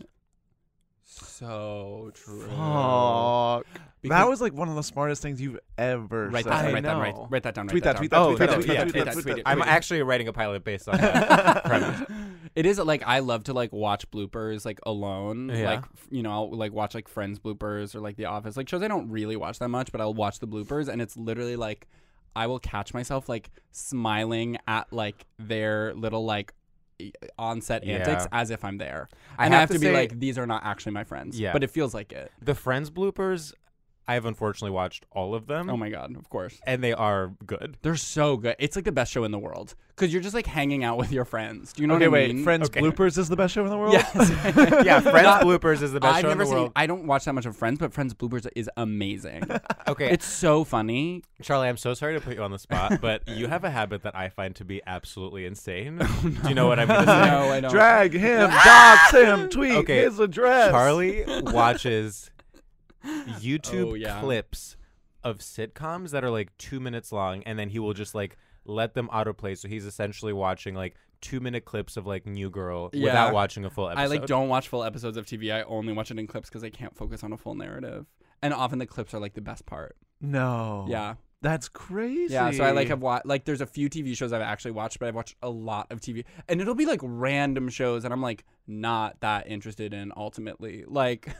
Speaker 1: So true.
Speaker 2: Fuck. that
Speaker 1: Because-
Speaker 2: was like one of the smartest things you've ever
Speaker 1: Write
Speaker 2: said.
Speaker 1: that,
Speaker 3: I
Speaker 1: write that, write,
Speaker 3: know.
Speaker 1: write that down.
Speaker 2: Tweet
Speaker 1: write
Speaker 2: that,
Speaker 1: down.
Speaker 2: tweet that,
Speaker 3: Oh, tweet that, tweet that,
Speaker 2: tweet that, tweet that.
Speaker 3: I'm
Speaker 2: Wait.
Speaker 3: actually writing a pilot based on that premise.
Speaker 1: It is like I love to like watch bloopers like alone.
Speaker 3: Yeah.
Speaker 1: Like f- you know, I'll like watch like Friends bloopers or like The Office, like shows I don't really watch that much, but I'll watch the bloopers, and it's literally like I will catch myself like smiling at like their little like e- onset
Speaker 3: Yeah.
Speaker 1: antics as if I'm there,
Speaker 3: I
Speaker 1: and I
Speaker 3: have
Speaker 1: have
Speaker 3: to
Speaker 1: to, be
Speaker 3: say-
Speaker 1: like, these are not actually my friends.
Speaker 3: Yeah.
Speaker 1: but it feels like it.
Speaker 3: The Friends bloopers I have unfortunately watched all of them.
Speaker 1: Oh my god, of course.
Speaker 3: And they are good.
Speaker 1: They're so good. It's like the best show in the world because you're just like hanging out with your friends. Do you know
Speaker 2: okay,
Speaker 1: what I
Speaker 2: wait.
Speaker 1: mean?
Speaker 2: Friends bloopers is the best show in the world.
Speaker 1: Yes.
Speaker 3: Yeah, Friends bloopers is the best
Speaker 1: I've
Speaker 3: show in
Speaker 1: never
Speaker 3: the
Speaker 1: seen,
Speaker 3: world.
Speaker 1: I don't watch that much of Friends, but Friends bloopers is amazing.
Speaker 3: Okay.
Speaker 1: it's so funny.
Speaker 3: Charlie, I'm so sorry to put you on the spot, but you have a habit that I find to be absolutely insane. Do you know what I'm going to say?
Speaker 1: No, I don't.
Speaker 2: Drag him, dox him, tweet
Speaker 3: Okay.
Speaker 2: his address.
Speaker 3: Charlie watches YouTube
Speaker 1: Oh, yeah.
Speaker 3: clips of sitcoms that are like two minutes long, and then he will just like let them autoplay. So he's essentially watching like two minute clips of like New Girl
Speaker 1: Yeah.
Speaker 3: without watching a full episode.
Speaker 1: I like don't watch full episodes of TV. I only watch it in clips because I can't focus on a full narrative. And often the clips are like the best part.
Speaker 3: Oh.
Speaker 2: No.
Speaker 1: Yeah.
Speaker 2: That's crazy.
Speaker 1: Yeah, so I like have watched like there's a few TV shows I've actually watched, but I've watched a lot of TV, and it'll be like random shows that I'm like not that interested in ultimately. Like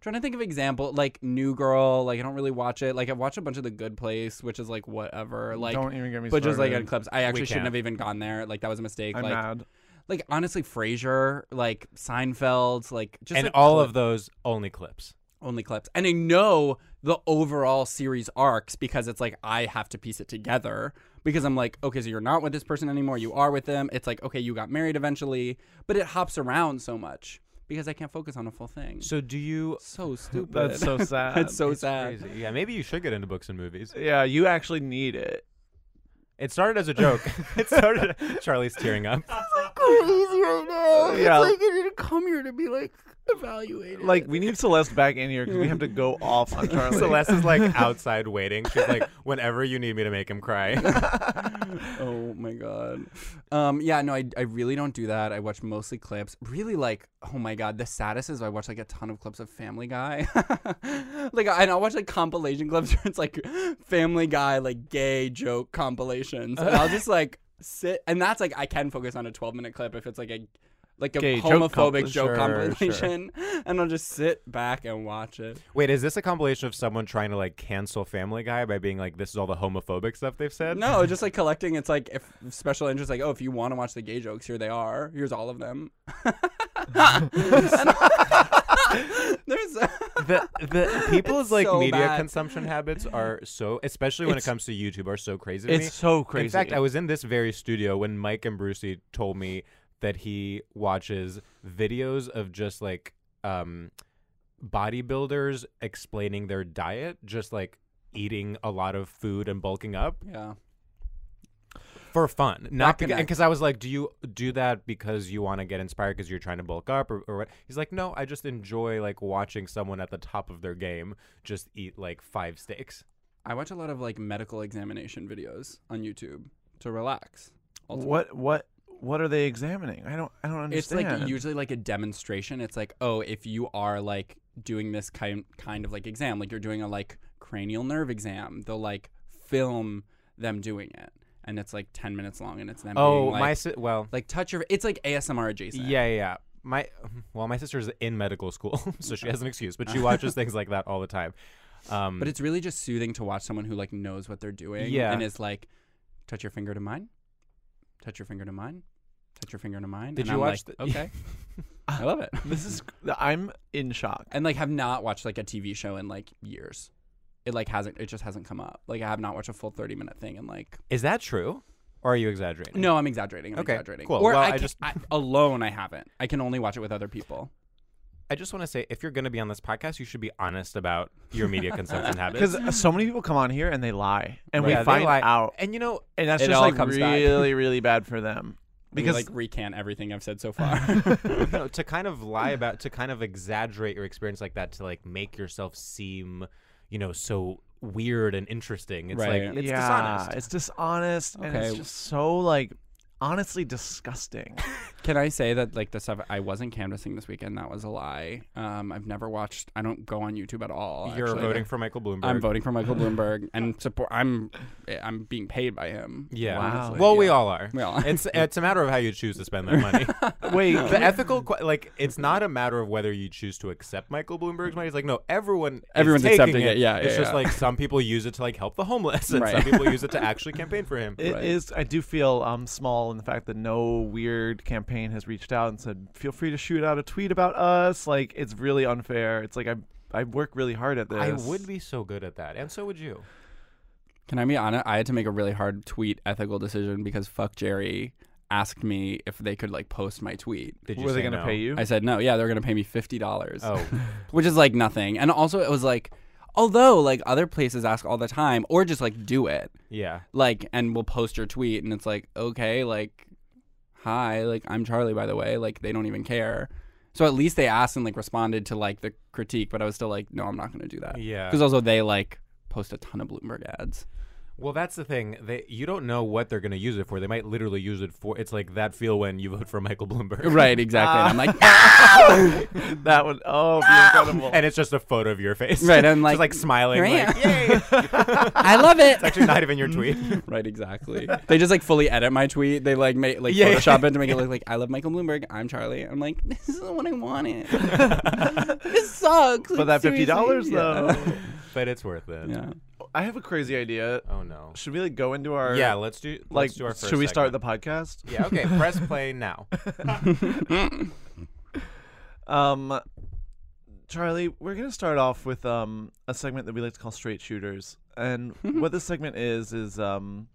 Speaker 1: trying to think of example, like New Girl, like I don't really watch it. Like I've watched a bunch of The Good Place, which is like whatever. Like
Speaker 2: Don't even get me
Speaker 1: But just like
Speaker 2: started.
Speaker 1: on clips, I actually shouldn't
Speaker 3: can't.
Speaker 1: have even gone there. Like that was a mistake.
Speaker 2: I'm
Speaker 1: like
Speaker 2: mad.
Speaker 1: like honestly, Frasier, like Seinfeld, like just
Speaker 3: and
Speaker 1: like,
Speaker 3: all
Speaker 1: clip-
Speaker 3: of those only clips.
Speaker 1: only clips and i know the overall series arcs because it's like i have to piece it together because i'm like okay so you're not with this person anymore you are with them it's like okay you got married eventually but it hops around so much because i can't focus on a full thing
Speaker 3: So do you?
Speaker 1: so stupid
Speaker 2: That's so sad.
Speaker 1: it's so sad
Speaker 3: Crazy. Yeah, maybe you should get into books and movies.
Speaker 2: Yeah, you actually need it.
Speaker 3: It started as a joke. it started. Charlie's tearing up.
Speaker 2: yeah.
Speaker 1: didn't come here to be like evaluated
Speaker 2: Like we need Celeste back in here because we have to go off on Charlie.
Speaker 3: Celeste is like outside waiting. She's like, whenever you need me to make him cry.
Speaker 1: oh my god um yeah no I, I really don't do that i watch mostly clips really like oh my god the saddest is i watch like a ton of clips of family guy like and i'll watch like compilation clips where it's like family guy like gay joke compilations and i'll just like sit and that's like i can focus on a 12 minute clip if it's like a like a
Speaker 2: Gay joke
Speaker 1: homophobic
Speaker 2: compil-
Speaker 1: joke
Speaker 2: sure,
Speaker 1: compilation and i'll just sit back and watch it
Speaker 3: Wait, is this a compilation of someone trying to like cancel Family Guy by being like, this is all the homophobic stuff they've said?
Speaker 1: No, just like collecting. It's like if special interest, like oh, if you want to watch the gay jokes, here they are. Here's all of them. There's
Speaker 3: The the people's
Speaker 1: It's
Speaker 3: like
Speaker 1: so
Speaker 3: media
Speaker 1: bad.
Speaker 3: consumption habits are so, especially when
Speaker 2: It's-
Speaker 3: it comes to YouTube, are so crazy. To me.
Speaker 2: it's so crazy.
Speaker 3: In fact, I was in this very studio when Mike and Brucey told me that he watches videos of just like um, bodybuilders explaining their diet, just like eating a lot of food and bulking up
Speaker 1: yeah.
Speaker 3: for fun, not
Speaker 1: Recognize-
Speaker 3: because I was like, do you do that because you want to get inspired because you're trying to bulk up or, or what? He's like, no, I just enjoy like watching someone at the top of their game just eat like five steaks.
Speaker 1: I watch a lot of like medical examination videos on YouTube to relax. ultimately.
Speaker 2: what what what are they examining? I don't I don't
Speaker 1: It's
Speaker 2: understand.
Speaker 1: like usually like a demonstration. It's like oh, if you are like doing this kind kind of like exam, like you're doing a like cranial nerve exam, they'll like film them doing it, and it's like ten minutes long, and it's them.
Speaker 3: Oh,
Speaker 1: being, like,
Speaker 3: my si- well,
Speaker 1: like touch your it's like ASMR adjacent.
Speaker 3: yeah, yeah, yeah. My well, my sister's in medical school, so she has an excuse, but she watches things like that all the time. Um,
Speaker 1: But it's really just soothing to watch someone who like knows what they're doing.
Speaker 3: Yeah.
Speaker 1: And is like, touch your finger to mine, touch your finger to mine, touch your finger to mine.
Speaker 3: Did
Speaker 1: and
Speaker 3: you
Speaker 1: I'm
Speaker 3: watch
Speaker 1: like,
Speaker 3: the-
Speaker 1: Okay. I love it.
Speaker 2: this is I'm in shock.
Speaker 1: And like have not watched like a TV show in like years. It like hasn't it just hasn't come up. Like I have not watched a full thirty minute thing and like
Speaker 3: is that true, or are you exaggerating?
Speaker 1: no, I'm exaggerating. I'm
Speaker 3: Okay,
Speaker 1: exaggerating.
Speaker 3: cool.
Speaker 1: Or
Speaker 3: Well,
Speaker 1: I,
Speaker 3: I
Speaker 1: can-
Speaker 3: just-
Speaker 1: I- alone I haven't. I can only watch it with other people.
Speaker 3: I just want to say, if you're going to be on this podcast, you should be honest about your media consumption habits.
Speaker 2: Because so many people come on here and they lie, and
Speaker 3: Yeah,
Speaker 2: we
Speaker 3: they
Speaker 2: find
Speaker 3: lie.
Speaker 2: out,
Speaker 3: and you know,
Speaker 2: and that's
Speaker 1: It
Speaker 2: just
Speaker 1: all
Speaker 2: like
Speaker 1: comes back.
Speaker 2: really really bad for them.
Speaker 1: Because
Speaker 2: Because
Speaker 1: like recant everything I've said so far.
Speaker 3: no, to kind of lie about, to kind of exaggerate your experience like that, to like make yourself seem, you know, so weird and interesting. It's
Speaker 1: Right.
Speaker 3: like it's
Speaker 2: yeah,
Speaker 3: dishonest.
Speaker 2: it's dishonest, and it's
Speaker 1: Okay.
Speaker 2: just so like honestly disgusting.
Speaker 1: Can I say that like the stuff I wasn't canvassing this weekend? That was a lie. Um, I've never watched. I don't go on YouTube at all.
Speaker 3: You're
Speaker 1: actually.
Speaker 3: voting for Michael Bloomberg.
Speaker 1: I'm voting for Michael Bloomberg and support. I'm I'm being paid by him.
Speaker 3: Yeah.
Speaker 1: honestly,
Speaker 3: Well, we
Speaker 1: yeah.
Speaker 3: all are.
Speaker 1: We all are.
Speaker 3: It's it's a matter of how you choose to spend that money.
Speaker 2: Wait,
Speaker 3: the ethical que- like it's not a matter of whether you choose to accept Michael Bloomberg's money. It's like no, everyone is
Speaker 1: Everyone's
Speaker 3: taking
Speaker 1: accepting it, yeah,
Speaker 3: it's
Speaker 1: yeah,
Speaker 3: just
Speaker 1: yeah.
Speaker 3: like some people use it to like help the homeless, and
Speaker 1: Right.
Speaker 3: some people use it to actually campaign for him.
Speaker 2: It is. I do feel um small in the fact that no weird campaign has reached out and said, "Feel free to shoot out a tweet about us." Like it's really unfair. It's like I I work really hard at this.
Speaker 3: I would be so good at that, and so would you.
Speaker 1: Can I be honest? I had to make a really hard tweet ethical decision because fuck Jerry asked me if they could like post my tweet.
Speaker 2: Did you Were they say gonna no? pay you?
Speaker 1: I said no. Yeah, they're gonna pay me fifty dollars.
Speaker 3: Oh.
Speaker 1: which is like nothing. And also, it was like, although like other places ask all the time, or just like do it.
Speaker 3: Yeah.
Speaker 1: Like, and we'll post your tweet, and it's like, okay, like, hi, like I'm Charlie, by the way. Like they don't even care. So at least they asked and like responded to like the critique, but I was still like, no, I'm not gonna do that.
Speaker 3: Yeah.
Speaker 1: Because also they like post a ton of Bloomberg ads.
Speaker 3: Well, that's the thing. They you don't know what they're going to use it for. They might literally use it for. It's like that feel when you vote for Michael Bloomberg.
Speaker 1: Right, exactly.
Speaker 2: Ah.
Speaker 1: And I'm like,
Speaker 3: Uh.
Speaker 1: "No!"
Speaker 2: that would oh be incredible.
Speaker 3: Ah! and it's just a photo of your face.
Speaker 1: Right, I'm
Speaker 3: Just,
Speaker 1: like,
Speaker 3: like smiling.
Speaker 1: "Here I
Speaker 3: Like,
Speaker 1: am."
Speaker 3: Yay!
Speaker 1: I love it. Mm-hmm.
Speaker 3: It's actually not even your tweet.
Speaker 1: right, exactly. They just like fully edit my tweet. They like make like
Speaker 3: Yeah, yeah,
Speaker 1: Photoshop it to make it look like I love Michael Bloomberg. I'm Charlie. I'm like, this isn't what I wanted. this sucks.
Speaker 2: But
Speaker 1: like,
Speaker 2: that fifty
Speaker 1: seriously.
Speaker 2: dollars
Speaker 1: Yeah.
Speaker 2: though.
Speaker 3: but it's worth it.
Speaker 1: Yeah.
Speaker 2: I have a crazy idea.
Speaker 3: Oh no.
Speaker 2: Should we like go into our
Speaker 3: Yeah, let's do. Let's
Speaker 2: like
Speaker 3: do our first
Speaker 2: should we start
Speaker 3: segment.
Speaker 2: the podcast?
Speaker 3: Yeah. Okay. Press play now.
Speaker 2: Um Charlie, we're gonna start off with um a segment that we like to call straight shooters. And what this segment is is um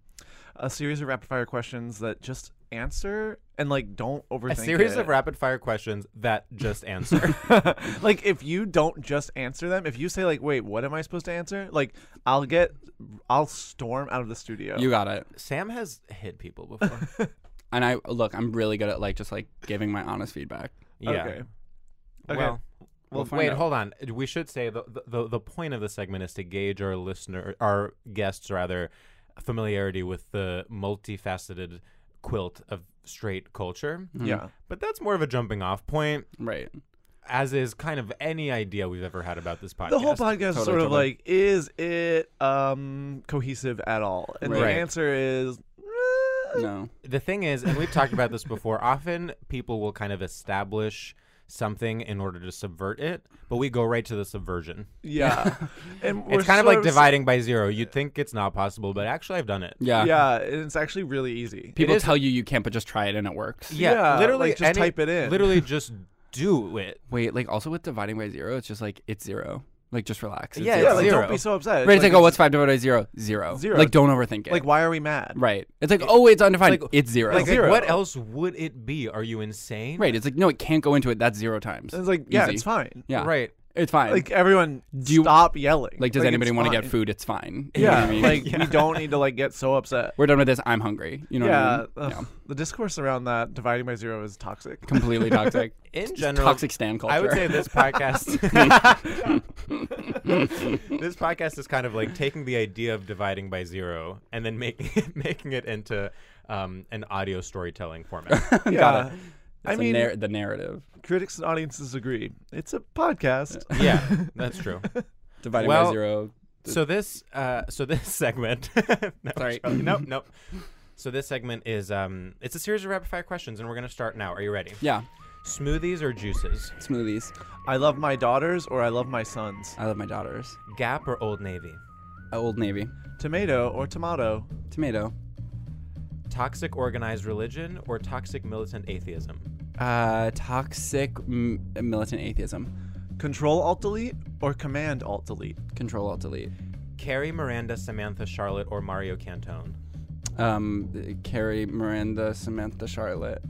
Speaker 2: a series of rapid fire questions that just answer and like don't overthink
Speaker 3: A series of
Speaker 2: it.
Speaker 3: rapid fire questions that just answer.
Speaker 2: like if you don't just answer them, if you say like, "Wait, what am I supposed to answer?" Like, I'll get, I'll storm out of the studio.
Speaker 1: You got it.
Speaker 3: Sam has hit people before.
Speaker 1: And I look, I'm really good at like just like giving my honest feedback.
Speaker 3: Yeah.
Speaker 2: Okay. Okay.
Speaker 3: Well,
Speaker 1: We'll find
Speaker 3: wait,
Speaker 1: out.
Speaker 3: hold on. We should say the, the- the the point of the segment is to gauge our listener, our guests rather, familiarity with the multifaceted quilt of straight culture.
Speaker 2: Yeah.
Speaker 3: But that's more of a jumping off point,
Speaker 1: Mm-hmm. Right.
Speaker 3: as is kind of any idea we've ever had about this podcast.
Speaker 2: The whole podcast is
Speaker 1: Totally,
Speaker 2: sort of
Speaker 1: totally.
Speaker 2: like, is it um cohesive at all? And the
Speaker 1: Right.
Speaker 2: answer is eh,
Speaker 1: No.
Speaker 3: The thing is, and we've talked about this before, often people will kind of establish something in order to subvert it, but we go right to the subversion.
Speaker 2: yeah. and we're
Speaker 3: it's kind of
Speaker 2: sort
Speaker 3: like dividing by zero. You'd think it's not possible, but actually, I've done it.
Speaker 1: Yeah.
Speaker 2: Yeah, and it's actually really easy.
Speaker 1: People
Speaker 3: is-
Speaker 1: tell you you can't, but just try it and it works.
Speaker 3: Yeah,
Speaker 2: Yeah,
Speaker 3: literally
Speaker 2: like, just
Speaker 3: any-
Speaker 2: type it in.
Speaker 3: Literally just do it.
Speaker 1: Wait, like also with dividing by zero, it's just like it's zero. Like just relax. It's
Speaker 3: Yeah,
Speaker 1: zero.
Speaker 2: yeah, like,
Speaker 3: zero.
Speaker 2: don't be so upset.
Speaker 1: Right, it's like, oh, what's
Speaker 2: it's-
Speaker 1: five divided by zero? Zero.
Speaker 2: Zero.
Speaker 1: Like, don't overthink it.
Speaker 2: Like, why are we mad?
Speaker 1: Right. It's like, oh, it's undefined. It's,
Speaker 3: like-
Speaker 1: zero.
Speaker 3: Like,
Speaker 2: zero.
Speaker 3: what else would it be? Are you insane?
Speaker 1: right. It's like, no, it can't go into it. That's zero times.
Speaker 2: And it's like, yeah,
Speaker 1: Easy.
Speaker 2: it's fine.
Speaker 1: Yeah.
Speaker 3: Right.
Speaker 1: It's fine.
Speaker 2: Like
Speaker 1: Like,
Speaker 2: everyone,
Speaker 1: Do you-
Speaker 2: stop yelling.
Speaker 1: does anybody
Speaker 2: it's
Speaker 1: want to get
Speaker 2: fine.
Speaker 1: food? It's fine. You know what
Speaker 2: Yeah,
Speaker 1: I mean?
Speaker 2: like we don't need to like get so upset.
Speaker 1: we're done with this. I'm hungry. You know
Speaker 2: yeah,
Speaker 1: what I mean?
Speaker 2: ugh, the discourse around that dividing by zero is toxic.
Speaker 1: Yeah. Completely toxic.
Speaker 3: In
Speaker 1: It's
Speaker 3: general,
Speaker 1: toxic stand culture.
Speaker 3: I would say this podcast. this podcast is kind of like taking the idea of dividing by zero and then making it, making it into um, an audio storytelling format.
Speaker 2: yeah.
Speaker 1: Got it.
Speaker 2: I
Speaker 1: It's a
Speaker 2: mean,
Speaker 1: narr- the narrative.
Speaker 2: critics and audiences agree. It's a podcast.
Speaker 3: yeah, that's true.
Speaker 1: Dividing by
Speaker 3: Well,
Speaker 1: zero.
Speaker 3: So this, uh, so this segment. no,
Speaker 1: Sorry.
Speaker 3: Charlie, Nope. Nope. So this segment is um, it's a series of rapid fire questions, and we're gonna start now. Are you ready?
Speaker 1: Yeah.
Speaker 3: Smoothies or juices?
Speaker 1: Smoothies.
Speaker 2: I love my daughters or I love my sons.
Speaker 1: I love my daughters.
Speaker 3: Gap or Old Navy?
Speaker 1: Uh, Old Navy.
Speaker 2: Tomato or tomato.
Speaker 1: Tomato.
Speaker 3: Toxic organized religion or toxic militant atheism?
Speaker 1: Uh, toxic m- militant atheism.
Speaker 2: Control alt delete or command alt delete.
Speaker 1: Control Alt Delete.
Speaker 3: Carrie, Miranda, Samantha, Charlotte, or Mario Cantone?
Speaker 1: Um, Carrie, Miranda, Samantha, Charlotte.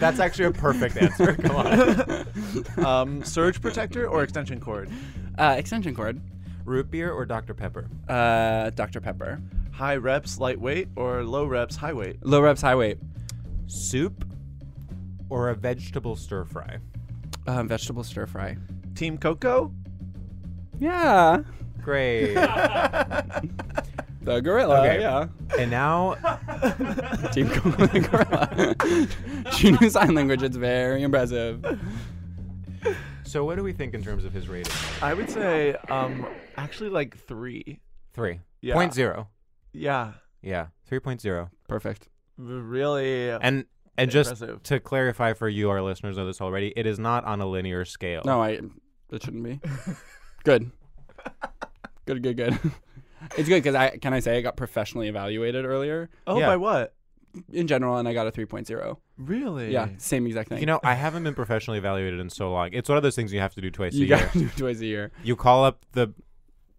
Speaker 3: That's actually a perfect answer. Come on.
Speaker 2: Um, surge protector or extension cord.
Speaker 1: Uh, extension cord.
Speaker 3: Root beer or Dr. Pepper?
Speaker 1: Uh, Dr. Pepper.
Speaker 2: High reps lightweight or low reps high weight.
Speaker 1: Low reps, high weight.
Speaker 3: Soup or a vegetable stir fry?
Speaker 1: Um, vegetable stir fry.
Speaker 2: Team Coco.
Speaker 1: Yeah.
Speaker 3: Great.
Speaker 1: The gorilla.
Speaker 3: Okay.
Speaker 1: Yeah.
Speaker 3: and now,
Speaker 1: Team Coco the gorilla. she knew sign language. It's very impressive.
Speaker 3: so what do we think in terms of his rating?
Speaker 2: I would say um, actually like three.
Speaker 3: Three.
Speaker 2: Yeah.
Speaker 3: Point zero.
Speaker 2: Yeah.
Speaker 3: Yeah. 3.0.
Speaker 1: Perfect.
Speaker 2: Really.
Speaker 3: And and just
Speaker 2: Impressive.
Speaker 3: to clarify for you, our listeners know this already, it is not on a linear scale.
Speaker 1: No, I. It shouldn't be. Good. Good. Good. Good. It's good because I can I say I got professionally evaluated earlier
Speaker 2: oh,
Speaker 3: yeah.
Speaker 2: by what?
Speaker 1: in general, and I got a 3.0.
Speaker 2: Really?
Speaker 1: Yeah, same exact thing.
Speaker 3: You know, I haven't been professionally evaluated in so long. It's one of those things you have to do twice
Speaker 1: You
Speaker 3: a
Speaker 1: gotta
Speaker 3: year.
Speaker 1: do twice a year.
Speaker 3: You call up the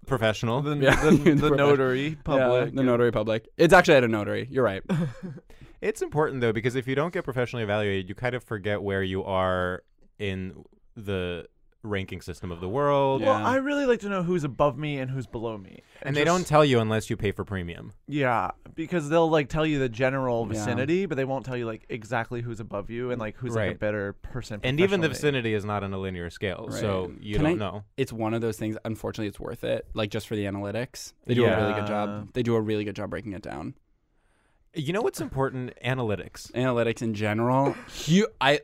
Speaker 3: professional.
Speaker 2: The,
Speaker 1: Yeah.
Speaker 2: the, the
Speaker 1: profession-
Speaker 2: notary
Speaker 1: Yeah,
Speaker 2: public.
Speaker 1: the notary public. It's actually at a notary. You're right.
Speaker 3: It's important though because if you don't get professionally evaluated, you kind of forget where you are in the ranking system of the world.
Speaker 2: Well, I really like to know who's above me and who's below me.
Speaker 3: and they
Speaker 2: just-
Speaker 3: don't tell you unless you pay for premium.
Speaker 2: Yeah, because they'll like tell you the general
Speaker 3: Yeah.
Speaker 2: vicinity, but they won't tell you like exactly who's above you and like who's like a
Speaker 3: Right.
Speaker 2: better person.
Speaker 3: And even the
Speaker 2: professionally.
Speaker 3: vicinity is not on a linear scale,
Speaker 1: Right.
Speaker 3: Oh, so you
Speaker 1: Can
Speaker 3: don't
Speaker 1: I-
Speaker 3: know.
Speaker 1: It's one of those things. Unfortunately, it's worth it. Like just for the analytics, they do a really good job.
Speaker 3: Yeah.
Speaker 1: They do a really good job breaking it down.
Speaker 3: You know what's important? Analytics.
Speaker 1: Analytics in general. You, I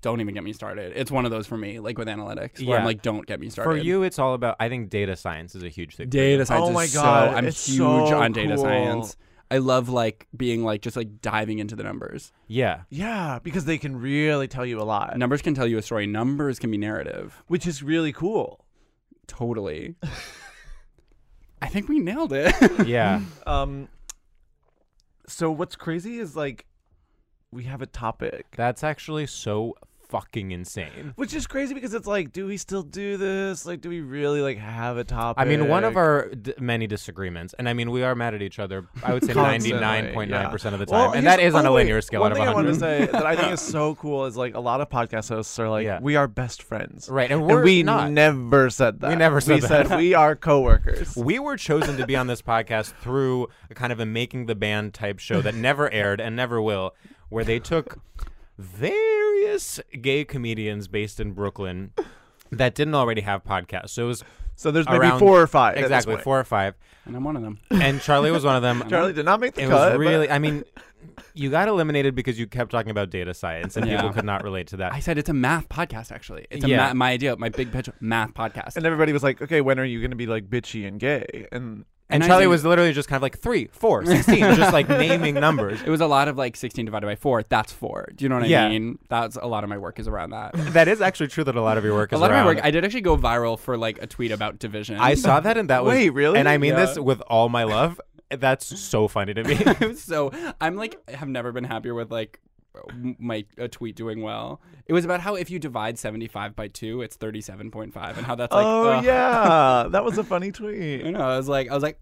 Speaker 1: don't even get me started. It's one of those for me. Like with analytics, where I'm like, don't get me started.
Speaker 3: For you, it's all about. I think data science is a huge thing. for you.
Speaker 1: data science.
Speaker 2: Oh my
Speaker 1: is
Speaker 2: God,
Speaker 1: so, I'm
Speaker 2: it's
Speaker 1: huge
Speaker 2: so
Speaker 1: on data
Speaker 2: cool.
Speaker 1: science. I love like being like just like diving into the numbers.
Speaker 3: Yeah.
Speaker 2: Yeah, because they can really tell you a lot,
Speaker 1: Numbers can tell you a story. Numbers can be narrative.
Speaker 2: which is really cool.
Speaker 1: Totally. I think we nailed it.
Speaker 3: Yeah.
Speaker 2: Um. So what's crazy is like, we have a topic,
Speaker 3: That's actually so fucking insane.
Speaker 2: which is crazy because it's like, do we still do this? Like, do we really like have a topic?
Speaker 3: I mean, one of our d- many disagreements, and I mean, we are mad at each other. I would say ninety
Speaker 2: Constantly,
Speaker 3: nine point nine percent of the
Speaker 2: Well,
Speaker 3: time, and
Speaker 2: here's-
Speaker 3: that is on
Speaker 2: oh,
Speaker 3: a
Speaker 2: wait,
Speaker 3: linear scale
Speaker 2: One
Speaker 3: out of
Speaker 2: thing
Speaker 3: one
Speaker 2: I want to
Speaker 3: hundred.
Speaker 2: say that I think is so cool is like a lot of podcast hosts are like,
Speaker 3: Yeah.
Speaker 2: we are best friends,
Speaker 3: Right, and
Speaker 2: And
Speaker 3: we're
Speaker 2: we
Speaker 3: not.
Speaker 2: never said that.
Speaker 3: We never said
Speaker 2: we
Speaker 3: that.
Speaker 2: said we are coworkers.
Speaker 3: We were chosen to be on this podcast through a kind of a making the band type show that never aired and never will, where they took various gay comedians based in Brooklyn that didn't already have podcasts. So it was
Speaker 2: So there's maybe
Speaker 3: around-
Speaker 2: four or five. at this
Speaker 3: Exactly,
Speaker 2: point.
Speaker 3: four or five.
Speaker 1: and I'm one of them.
Speaker 3: And Charlie was one of them.
Speaker 2: Charlie did not make the
Speaker 3: it
Speaker 2: cut.
Speaker 3: was
Speaker 2: but-
Speaker 3: really i mean you got eliminated because you kept talking about data science and
Speaker 1: Yeah.
Speaker 3: people could not relate to that
Speaker 1: I said it's a math podcast. Actually, it's a
Speaker 3: Yeah.
Speaker 1: ma- my idea, my big pitch math podcast.
Speaker 2: and everybody was like, okay, when are you going to be like bitchy and gay? And
Speaker 3: and,
Speaker 1: and I
Speaker 3: charlie
Speaker 1: think-
Speaker 3: was literally just kind of like three four 16 just like naming numbers
Speaker 1: It was a lot of like 16 divided by 4. That's 4. Do you know what I
Speaker 3: Yeah.
Speaker 1: mean? That's a lot of my work is around that.
Speaker 3: that is actually true that a lot of your work
Speaker 1: a
Speaker 3: is
Speaker 1: lot
Speaker 3: around.
Speaker 1: of my work, I did actually go viral for like a tweet about division.
Speaker 3: I saw that and that was
Speaker 2: Wait, really?
Speaker 3: and i mean this
Speaker 1: Yeah.
Speaker 3: with all my love that's so funny to me
Speaker 1: so I'm like, I have never been happier with like m- my a tweet doing well. It was about how if you divide 75 by 2, it's 37.5, and how that's like,
Speaker 2: oh
Speaker 1: ugh.
Speaker 2: yeah, that was a funny
Speaker 1: You
Speaker 2: tweet.
Speaker 1: know, I was like, I was like,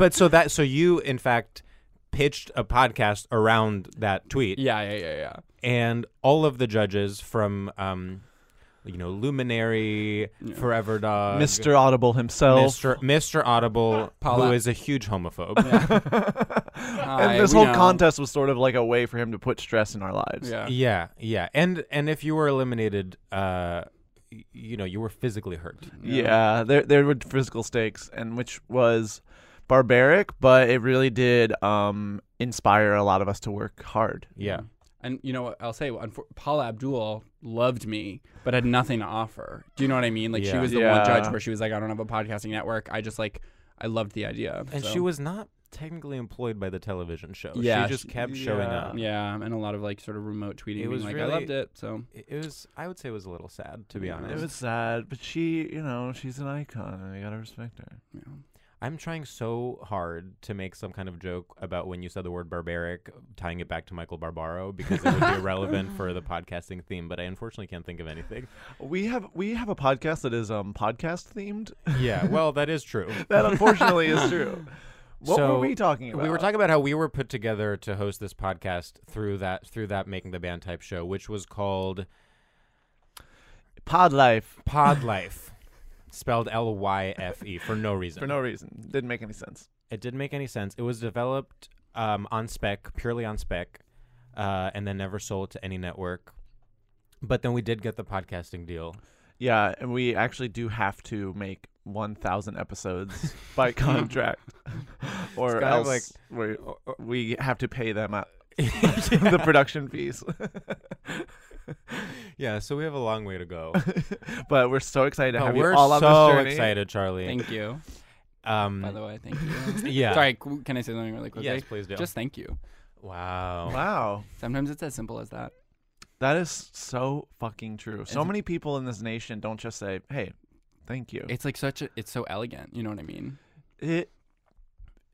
Speaker 3: but so that so you in fact pitched a podcast around that tweet
Speaker 1: yeah, yeah, yeah, yeah.
Speaker 3: and all of the judges from um you know luminary forever dog
Speaker 2: Mr. Audible himself.
Speaker 3: Mr. Mr. Audible,
Speaker 1: Paula.
Speaker 3: who is a huge homophobe.
Speaker 1: Hi,
Speaker 2: And this
Speaker 1: we
Speaker 2: whole
Speaker 1: know.
Speaker 2: contest was sort of like a way for him to put stress in our lives.
Speaker 1: Yeah.
Speaker 3: yeah, yeah. And and if you were eliminated, uh, y- you know, you were physically hurt.
Speaker 2: Yeah, there there were physical stakes, and which was barbaric, but it really did um, inspire a lot of us to work hard.
Speaker 3: Yeah.
Speaker 1: And you know what I'll say? Unfor- Paula Abdul loved me, but had nothing to offer. Do you know what I mean? Like she
Speaker 3: Yeah.
Speaker 1: was the
Speaker 2: Yeah.
Speaker 1: one judge where she was like, I don't have a podcasting network. I just like, I loved the idea.
Speaker 3: And
Speaker 1: So,
Speaker 3: she was not technically employed by the television show.
Speaker 1: Yeah,
Speaker 3: she just
Speaker 1: she-
Speaker 3: kept showing
Speaker 2: yeah.
Speaker 3: up.
Speaker 1: yeah, and a lot of like sort of remote tweeting.
Speaker 3: It
Speaker 1: being
Speaker 3: was
Speaker 1: like,
Speaker 3: really-
Speaker 1: I loved it. So
Speaker 3: It- It was, I would say, it was a little sad to be
Speaker 1: It
Speaker 3: honest.
Speaker 2: It was sad, but she, you know, she's an icon, and you gotta respect her.
Speaker 1: yeah.
Speaker 3: I'm trying so hard to make some kind of joke about when you said the word barbaric, tying it back to Michael Barbaro because it would be relevant for the podcasting theme. But I unfortunately can't think of anything.
Speaker 2: We have we have a podcast that is um podcast themed.
Speaker 3: Yeah, well, that is true.
Speaker 2: That unfortunately is true. What were we talking about?
Speaker 3: We were talking about how we were put together to host this podcast through that through that making the band type show, which was called
Speaker 2: pod life
Speaker 3: Pod Life, spelled L Y F E for no reason.
Speaker 2: for no reason. Didn't make any sense.
Speaker 3: it didn't make any sense. It was developed um, on spec, purely on spec, uh, and then never sold to any network. But then we did get the podcasting deal.
Speaker 2: Yeah, and we actually do have to make 1,000 episodes by contract, or
Speaker 3: kind
Speaker 2: else
Speaker 3: of like-
Speaker 2: we uh, we have to pay them out the production fees.
Speaker 3: Yeah, so we have a long way to go.
Speaker 2: but we're so excited to
Speaker 3: But
Speaker 2: have
Speaker 3: we're
Speaker 2: you all on
Speaker 3: so
Speaker 2: this journey.
Speaker 3: excited, Charlie.
Speaker 1: Oh, thank you.
Speaker 3: um,
Speaker 1: By the way, thank you.
Speaker 3: Yeah.
Speaker 1: Sorry, c- can I say something really quickly?
Speaker 3: Yes, please do.
Speaker 1: Just thank you.
Speaker 3: Wow.
Speaker 2: Wow,
Speaker 1: Sometimes it's as simple as that.
Speaker 2: that is so fucking true. So
Speaker 1: It's-
Speaker 2: many people in this nation don't just say, "Hey, thank you."
Speaker 1: It's like such a, it's so elegant. You know what I mean?
Speaker 2: It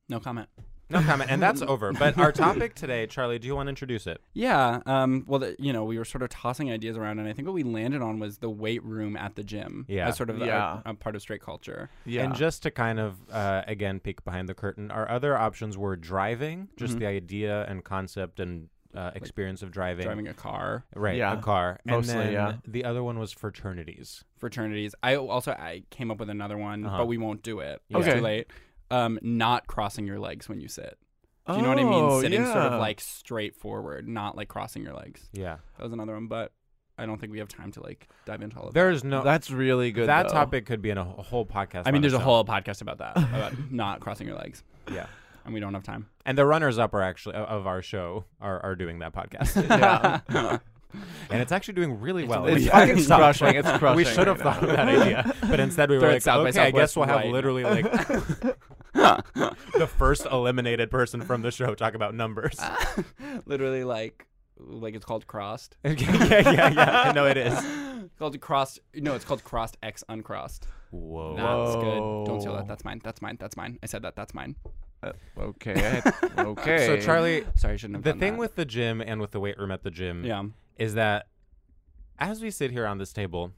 Speaker 1: No comment.
Speaker 3: No comment. And that's over. But our topic today, Charlie, do you want to introduce it?
Speaker 1: Yeah. Um, well, the, you know, we were sort of tossing ideas around, and I think what we landed on was the weight room at the gym.
Speaker 3: Yeah.
Speaker 1: As sort of a-
Speaker 3: Yeah.
Speaker 1: a, part of straight culture.
Speaker 3: And just to kind of uh, again peek behind the curtain, our other options were driving, just
Speaker 1: Mhm.
Speaker 3: the idea and concept and uh, experience of driving,
Speaker 1: driving a car.
Speaker 3: right?
Speaker 1: Yeah.
Speaker 3: A car.
Speaker 1: Mostly,
Speaker 3: and then
Speaker 1: yeah.
Speaker 3: The other one was fraternities.
Speaker 1: fraternities. I also I came up with another one,
Speaker 3: Uh-huh.
Speaker 1: but we won't do it.
Speaker 3: Yeah.
Speaker 1: It's
Speaker 3: Okay.
Speaker 1: too late. Um, not crossing your legs when you sit. Do you know what I mean?
Speaker 2: Oh,
Speaker 1: Sitting sort
Speaker 2: yeah.
Speaker 1: of like straight forward, not like crossing your legs.
Speaker 3: Yeah.
Speaker 1: That was another one, but I don't think we have time to like dive into all of
Speaker 3: There is no.
Speaker 2: That's really good,
Speaker 3: Oh. That
Speaker 2: though.
Speaker 3: topic could be in a wh- whole podcast.
Speaker 1: I
Speaker 3: on
Speaker 1: mean, there's a
Speaker 3: its own.
Speaker 1: whole podcast about that, about not crossing your legs.
Speaker 3: Yeah.
Speaker 1: And we don't have time.
Speaker 3: And the runners up are actually o- of our show are, are doing that podcast.
Speaker 1: Yeah.
Speaker 3: and it's actually doing really
Speaker 1: It's
Speaker 3: well.
Speaker 1: doing
Speaker 3: We-
Speaker 1: well. It's fucking crushing. It's
Speaker 3: We
Speaker 1: crushing
Speaker 3: should have
Speaker 1: right
Speaker 3: thought
Speaker 1: now.
Speaker 3: of that idea, but instead we were
Speaker 1: They're at
Speaker 3: like,
Speaker 1: South by
Speaker 3: okay, I guess
Speaker 1: Southwest
Speaker 3: we'll have
Speaker 1: right
Speaker 3: literally
Speaker 1: now."
Speaker 3: like the first eliminated person from the show talk about numbers.
Speaker 1: Literally, like, like it's called crossed.
Speaker 3: yeah, yeah, yeah. I know it is.
Speaker 1: It's called crossed. No, it's called crossed X uncrossed.
Speaker 3: Whoa.
Speaker 1: That's good. Don't steal
Speaker 2: Whoa.
Speaker 1: that. That's mine. That's mine. That's mine. I said that. That's mine.
Speaker 2: okay. I- okay.
Speaker 3: So Charlie,
Speaker 1: Sorry, I shouldn't have
Speaker 3: The
Speaker 1: done
Speaker 3: thing
Speaker 1: that.
Speaker 3: with the gym and with the weight room at the gym,
Speaker 1: Yeah.
Speaker 3: is that as we sit here on this table,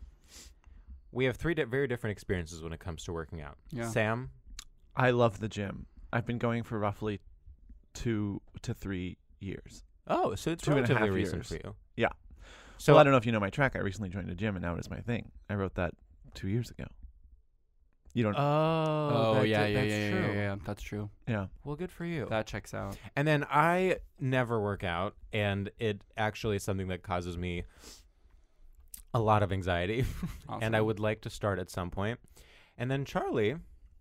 Speaker 3: we have three di- very different experiences when it comes to working out.
Speaker 2: Yeah.
Speaker 3: Sam,
Speaker 2: I love the gym. I've been going for roughly two to three years.
Speaker 3: Oh, so it's
Speaker 2: two and a half
Speaker 3: relatively recent
Speaker 2: years.
Speaker 3: for you.
Speaker 2: Yeah.
Speaker 3: So-
Speaker 2: So I don't know if you know my track. I recently joined a gym, and now it is my thing. I wrote that two years ago. You don't.
Speaker 3: Oh,
Speaker 1: Oh
Speaker 3: that
Speaker 1: yeah,
Speaker 3: did-
Speaker 1: yeah,
Speaker 3: that's
Speaker 1: yeah, yeah,
Speaker 3: true. Oh.
Speaker 1: yeah, yeah. That's true.
Speaker 2: yeah.
Speaker 3: Well, good for you.
Speaker 1: That checks out.
Speaker 3: And then I never work out, and it actually is something that causes me a lot of anxiety. and I
Speaker 1: Awesome.
Speaker 3: would like to start at some point. And then Charlie,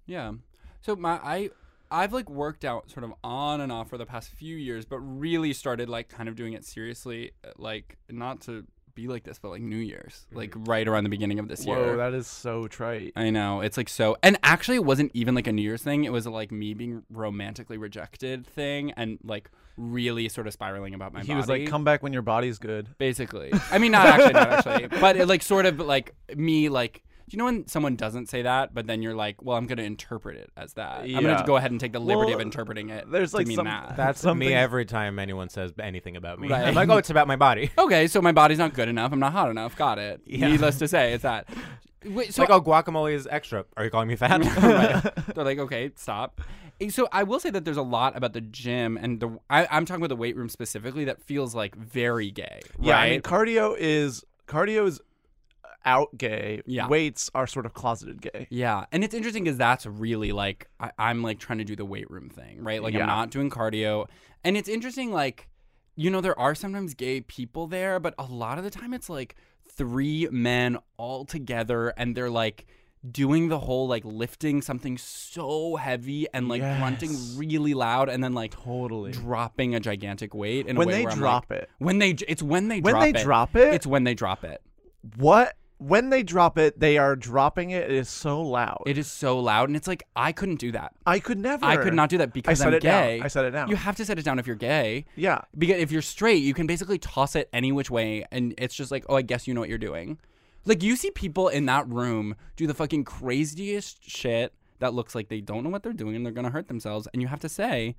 Speaker 1: Yeah. So my I I've like worked out sort of on and off for the past few years, but really started like kind of doing it seriously, uh, like not to be like this, but like New Year's,
Speaker 3: Mm-hmm.
Speaker 1: like right around the beginning of this year.
Speaker 2: Whoa, that is so trite.
Speaker 1: I know. It's like so. And actually, it wasn't even like a New Year's thing. It was like me being romantically rejected thing and like really sort of spiraling about my
Speaker 2: he
Speaker 1: body.
Speaker 2: was like, "Come back when your body's good."
Speaker 1: Basically, I mean, not actually, not actually, but it like sort of like me like. Do you know when someone doesn't say that, but then you're like, "Well, I'm going to interpret it as that. I'm going
Speaker 2: Yeah.
Speaker 1: to go ahead and take the liberty of
Speaker 2: Well,
Speaker 1: interpreting it."
Speaker 2: there's,
Speaker 1: to
Speaker 2: like,
Speaker 1: mean
Speaker 2: some-
Speaker 1: that.
Speaker 3: that's
Speaker 2: Something-
Speaker 3: me every time anyone says anything about me.
Speaker 1: Right.
Speaker 3: I'm like, oh, it's about my body.
Speaker 1: okay, so my body's not good enough. I'm not hot enough. Got it.
Speaker 3: Yeah.
Speaker 1: Needless to say, it's that. Wait,
Speaker 3: It's
Speaker 1: so
Speaker 3: like, oh, guacamole is extra. Are you calling me fat?
Speaker 1: Right. They're like, okay, stop. Eh, So I will say that there's a lot about the gym and the I, I'm talking about the weight room specifically that feels like very gay.
Speaker 2: Yeah, I mean,
Speaker 1: right?
Speaker 2: cardio is cardio is out gay.
Speaker 1: Yeah.
Speaker 2: Weights are sort of closeted gay.
Speaker 1: Yeah, and it's interesting because that's really like I, I'm like trying to do the weight room thing, right? Like
Speaker 2: Yeah.
Speaker 1: I'm not doing cardio, and it's interesting like you know there are sometimes gay people there, but a lot of the time it's like three men all together, and they're like doing the whole like lifting something so heavy and like grunting
Speaker 2: Yes.
Speaker 1: really loud, and then like
Speaker 2: totally
Speaker 1: dropping a gigantic weight. In
Speaker 2: When
Speaker 1: a way
Speaker 2: they
Speaker 1: where I'm,
Speaker 2: drop
Speaker 1: like-
Speaker 2: it.
Speaker 1: when they it's when they
Speaker 2: When
Speaker 1: drop
Speaker 2: they
Speaker 1: it.
Speaker 2: drop it?
Speaker 1: it's when they drop it.
Speaker 2: What? When they drop it, they are dropping it. It is so loud.
Speaker 1: It is so loud, and it's like I couldn't do that.
Speaker 2: I could never.
Speaker 1: I could not do that because
Speaker 2: I set
Speaker 1: am
Speaker 2: it
Speaker 1: gay.
Speaker 2: Down. I set it down.
Speaker 1: You have to set it down if you're gay.
Speaker 2: Yeah.
Speaker 1: Because if you're straight, you can basically toss it any which way, and it's just like, oh, I guess you know what you're doing. Like you see people in that room do the fucking craziest shit that looks like they don't know what they're doing and they're gonna hurt themselves, and you have to say,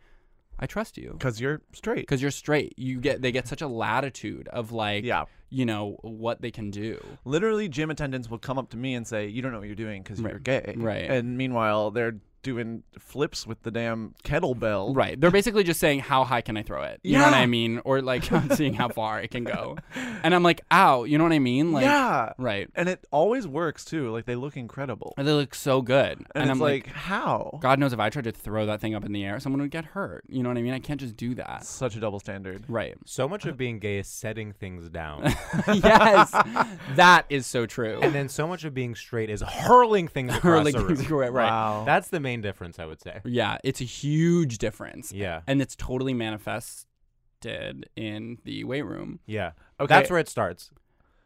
Speaker 1: I trust you
Speaker 2: because you're straight.
Speaker 1: because you're straight. You get they get such a latitude of like,
Speaker 2: Yeah.
Speaker 1: you know what they can do.
Speaker 2: Literally, gym attendants will come up to me and say, "You don't know what you're doing because you're gay."
Speaker 1: Right.
Speaker 2: And meanwhile, they're doing flips with the damn kettlebell.
Speaker 1: Right. They're basically just saying, how high can I throw it? You know what
Speaker 2: Yeah.
Speaker 1: I mean? Or like seeing how far it can go. And I'm like, ow, you know what I mean? Like,
Speaker 2: yeah.
Speaker 1: Right.
Speaker 2: And it always works too. Like they look incredible.
Speaker 1: And they look so good. And,
Speaker 2: And, it's
Speaker 1: I'm
Speaker 2: like,
Speaker 1: like,
Speaker 2: how?
Speaker 1: God knows if I tried to throw that thing up in the air, someone would get hurt. You know what I mean? I can't just do that.
Speaker 2: Such a double standard.
Speaker 1: Right.
Speaker 3: so much of being gay is setting things down.
Speaker 1: yes. That is so true.
Speaker 3: and then so much of being straight is hurling things across
Speaker 1: Hurling
Speaker 3: the room.
Speaker 1: things across- right.
Speaker 2: Wow.
Speaker 3: That's the main difference, I would say.
Speaker 1: Yeah, it's a huge difference.
Speaker 3: Yeah.
Speaker 1: And it's totally manifested in the weight room.
Speaker 3: Yeah. Oh,
Speaker 2: Okay.
Speaker 3: That's where it starts.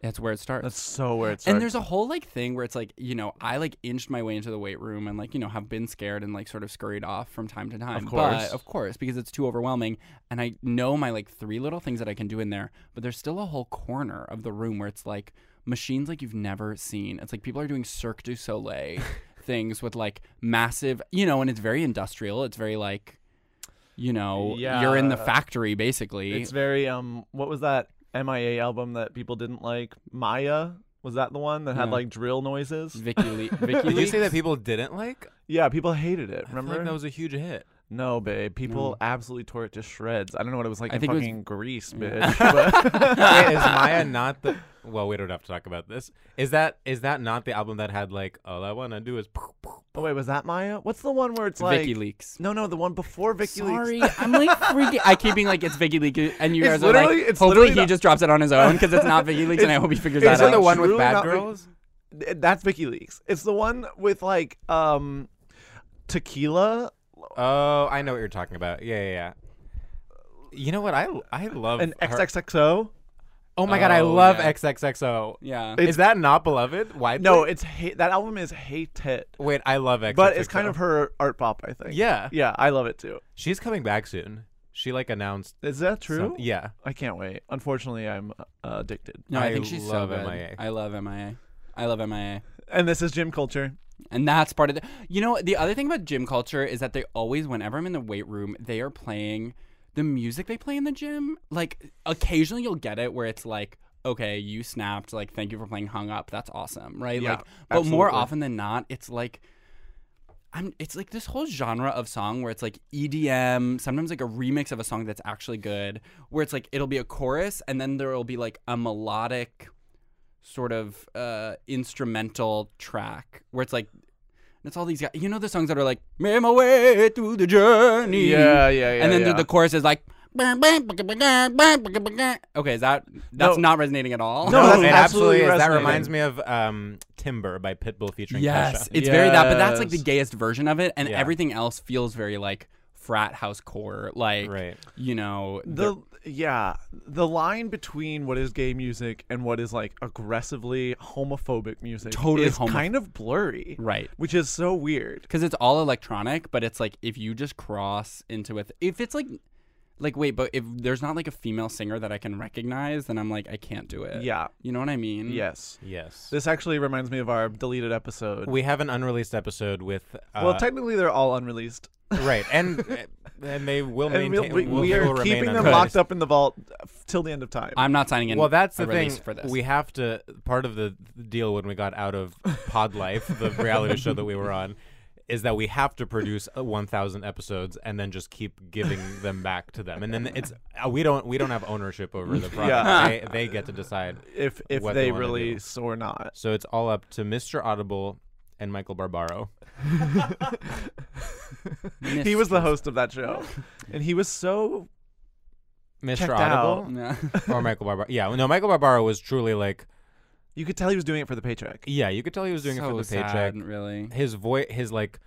Speaker 1: That's where it starts.
Speaker 2: That's so where it's.
Speaker 1: And there's a whole like thing where it's like, you know, I like inched my way into the weight room and like, you know, have been scared and like sort of scurried off from time to time.
Speaker 2: course.
Speaker 1: But of course, because it's too overwhelming. And I know my like three little things that I can do in there, but there's still a whole corner of the room where it's like machines like you've never seen. It's like people are doing Cirque du Soleil things with like massive, you know, and it's very industrial. It's very like you know, you're in the factory basically.
Speaker 2: It's very um. What was that MIA album that people didn't like? Maya was that the one that had
Speaker 1: Yeah.
Speaker 2: like drill noises?
Speaker 1: Vicky Le- Vicky
Speaker 3: Did you say that people didn't like?
Speaker 2: Yeah, people hated it.
Speaker 3: I feel
Speaker 2: Remember
Speaker 3: like that was a huge hit.
Speaker 2: No, babe. People absolutely tore it to shreds. I don't know what it was like
Speaker 1: I
Speaker 2: in
Speaker 1: think it was-
Speaker 2: fucking Greece,
Speaker 1: Yeah.
Speaker 2: bitch. but-
Speaker 3: Wait, is Maya not the? Well, we don't have to talk about this. Is that is that not the album that had like all I wanna do is?
Speaker 2: Oh wait, was that Maya? What's the one where it's like
Speaker 1: WikiLeaks.
Speaker 2: No, no, the one before
Speaker 1: Sorry,
Speaker 2: WikiLeaks.
Speaker 1: I'm like freaking. I keep being like it's Vicky Leak, and you
Speaker 2: It's
Speaker 1: guys are like,
Speaker 2: literally- it's
Speaker 1: hopefully
Speaker 2: literally
Speaker 1: he
Speaker 2: not-
Speaker 1: just drops it on his own because it's not Vicky Leaks, and I hope he figures that
Speaker 2: Is it
Speaker 1: out.
Speaker 3: the one with
Speaker 2: truly
Speaker 3: bad
Speaker 2: not Vic-
Speaker 3: girls?
Speaker 2: Th- That's WikiLeaks. It's the one with like um tequila
Speaker 3: Oh, I know what you're talking about. Yeah, yeah. yeah. You know what I I love
Speaker 2: and
Speaker 3: her-
Speaker 2: XXXO.
Speaker 3: Oh my god, I
Speaker 1: Oh,
Speaker 3: love
Speaker 1: yeah.
Speaker 3: XXXO.
Speaker 1: Yeah.
Speaker 3: is that not beloved? Why?
Speaker 2: No, it's hate. That album is hated,
Speaker 3: wait, I love XXXO.
Speaker 2: but it's kind of her art pop. I think.
Speaker 3: Yeah.
Speaker 2: yeah, I love it too.
Speaker 3: She's coming back soon. She like announced.
Speaker 2: Is that
Speaker 3: some-
Speaker 2: true?
Speaker 3: yeah.
Speaker 2: I can't wait. Unfortunately, I'm uh, addicted.
Speaker 1: No, I,
Speaker 3: I
Speaker 1: think she's so
Speaker 3: love
Speaker 1: good.
Speaker 3: MIA.
Speaker 1: I love MIA. I love MIA.
Speaker 2: And this is gym culture.
Speaker 1: And that's part of the. You know, the other thing about gym culture is that they always, whenever I'm in the weight room, they are playing the music they play in the gym. Like, occasionally you'll get it where it's like, okay, you snapped. Like, thank you for playing Hung Up. That's awesome. Right.
Speaker 2: Yeah,
Speaker 1: like, but more
Speaker 2: absolutely.
Speaker 1: often than not, it's like, I'm, it's like this whole genre of song where it's like EDM, sometimes like a remix of a song that's actually good, where it's like it'll be a chorus and then there will be like a melodic sort of uh, instrumental track where it's like it's all these guys. You know the songs that are like "Made my way through the journey."
Speaker 2: Yeah, yeah, yeah,
Speaker 1: And then
Speaker 2: yeah.
Speaker 1: The, the chorus is like. Okay, is that that's not resonating at all?
Speaker 2: No, Oh, that's
Speaker 3: Oh, it
Speaker 2: absolutely
Speaker 3: absolutely is. That
Speaker 2: resonating.
Speaker 3: reminds me of um, Timber by Pitbull featuring Kesha.
Speaker 1: Yes, it's very that, but that's like the
Speaker 2: Yes.
Speaker 1: gayest version of it, and
Speaker 3: Yeah.
Speaker 1: everything else feels very like frat house core, like
Speaker 3: Right.
Speaker 1: you know
Speaker 2: the yeah the line between what is gay music and what is like aggressively homophobic music
Speaker 1: Totally
Speaker 2: is
Speaker 1: homoph-
Speaker 2: kind of blurry
Speaker 1: Right.
Speaker 2: which is so weird
Speaker 1: because it's all electronic, but it's like if you just cross into it, if it's like like wait, but if there's not like a female singer that I can recognize, then I'm like I can't do it.
Speaker 2: Yeah.
Speaker 1: you know what I mean.
Speaker 2: yes
Speaker 3: Mm, Yes.
Speaker 2: this actually reminds me of our deleted episode
Speaker 3: we have an unreleased episode with. Uh,
Speaker 2: well technically they're all unreleased
Speaker 3: right, and eh, and they will
Speaker 2: and
Speaker 3: maintain.
Speaker 2: we'll, we,
Speaker 3: will-
Speaker 2: we
Speaker 3: they
Speaker 2: are
Speaker 3: will remain
Speaker 2: keeping them
Speaker 3: unreleased.
Speaker 2: locked up in the vault uh, till the end of time
Speaker 1: I'm not signing in.
Speaker 3: Well, that's
Speaker 1: a
Speaker 3: the thing.
Speaker 1: release for this.
Speaker 3: We have to. Part of the deal when we got out of Pod Life, the reality show that we were on, is that we have to produce uh, 1,000 episodes and then just keep giving them back to them. And then it's uh, we don't we don't have ownership over the product.
Speaker 2: Yeah.
Speaker 3: They, they get to decide
Speaker 2: if if
Speaker 3: what
Speaker 2: they,
Speaker 3: wanna do.
Speaker 2: release or not
Speaker 3: So it's all up to Mr. Audible and Michael Barbaro.
Speaker 2: he was the host of that show and he was so
Speaker 3: Mr.
Speaker 2: Checked
Speaker 3: Audible
Speaker 1: Yeah.
Speaker 3: or Michael Barbaro. Yeah, no, Michael Barbaro was truly like
Speaker 2: you could tell he was doing it for the paycheck
Speaker 3: yeah, you could tell he was doing it for
Speaker 1: So
Speaker 3: the paycheck.
Speaker 1: sad, really.
Speaker 3: his voice his like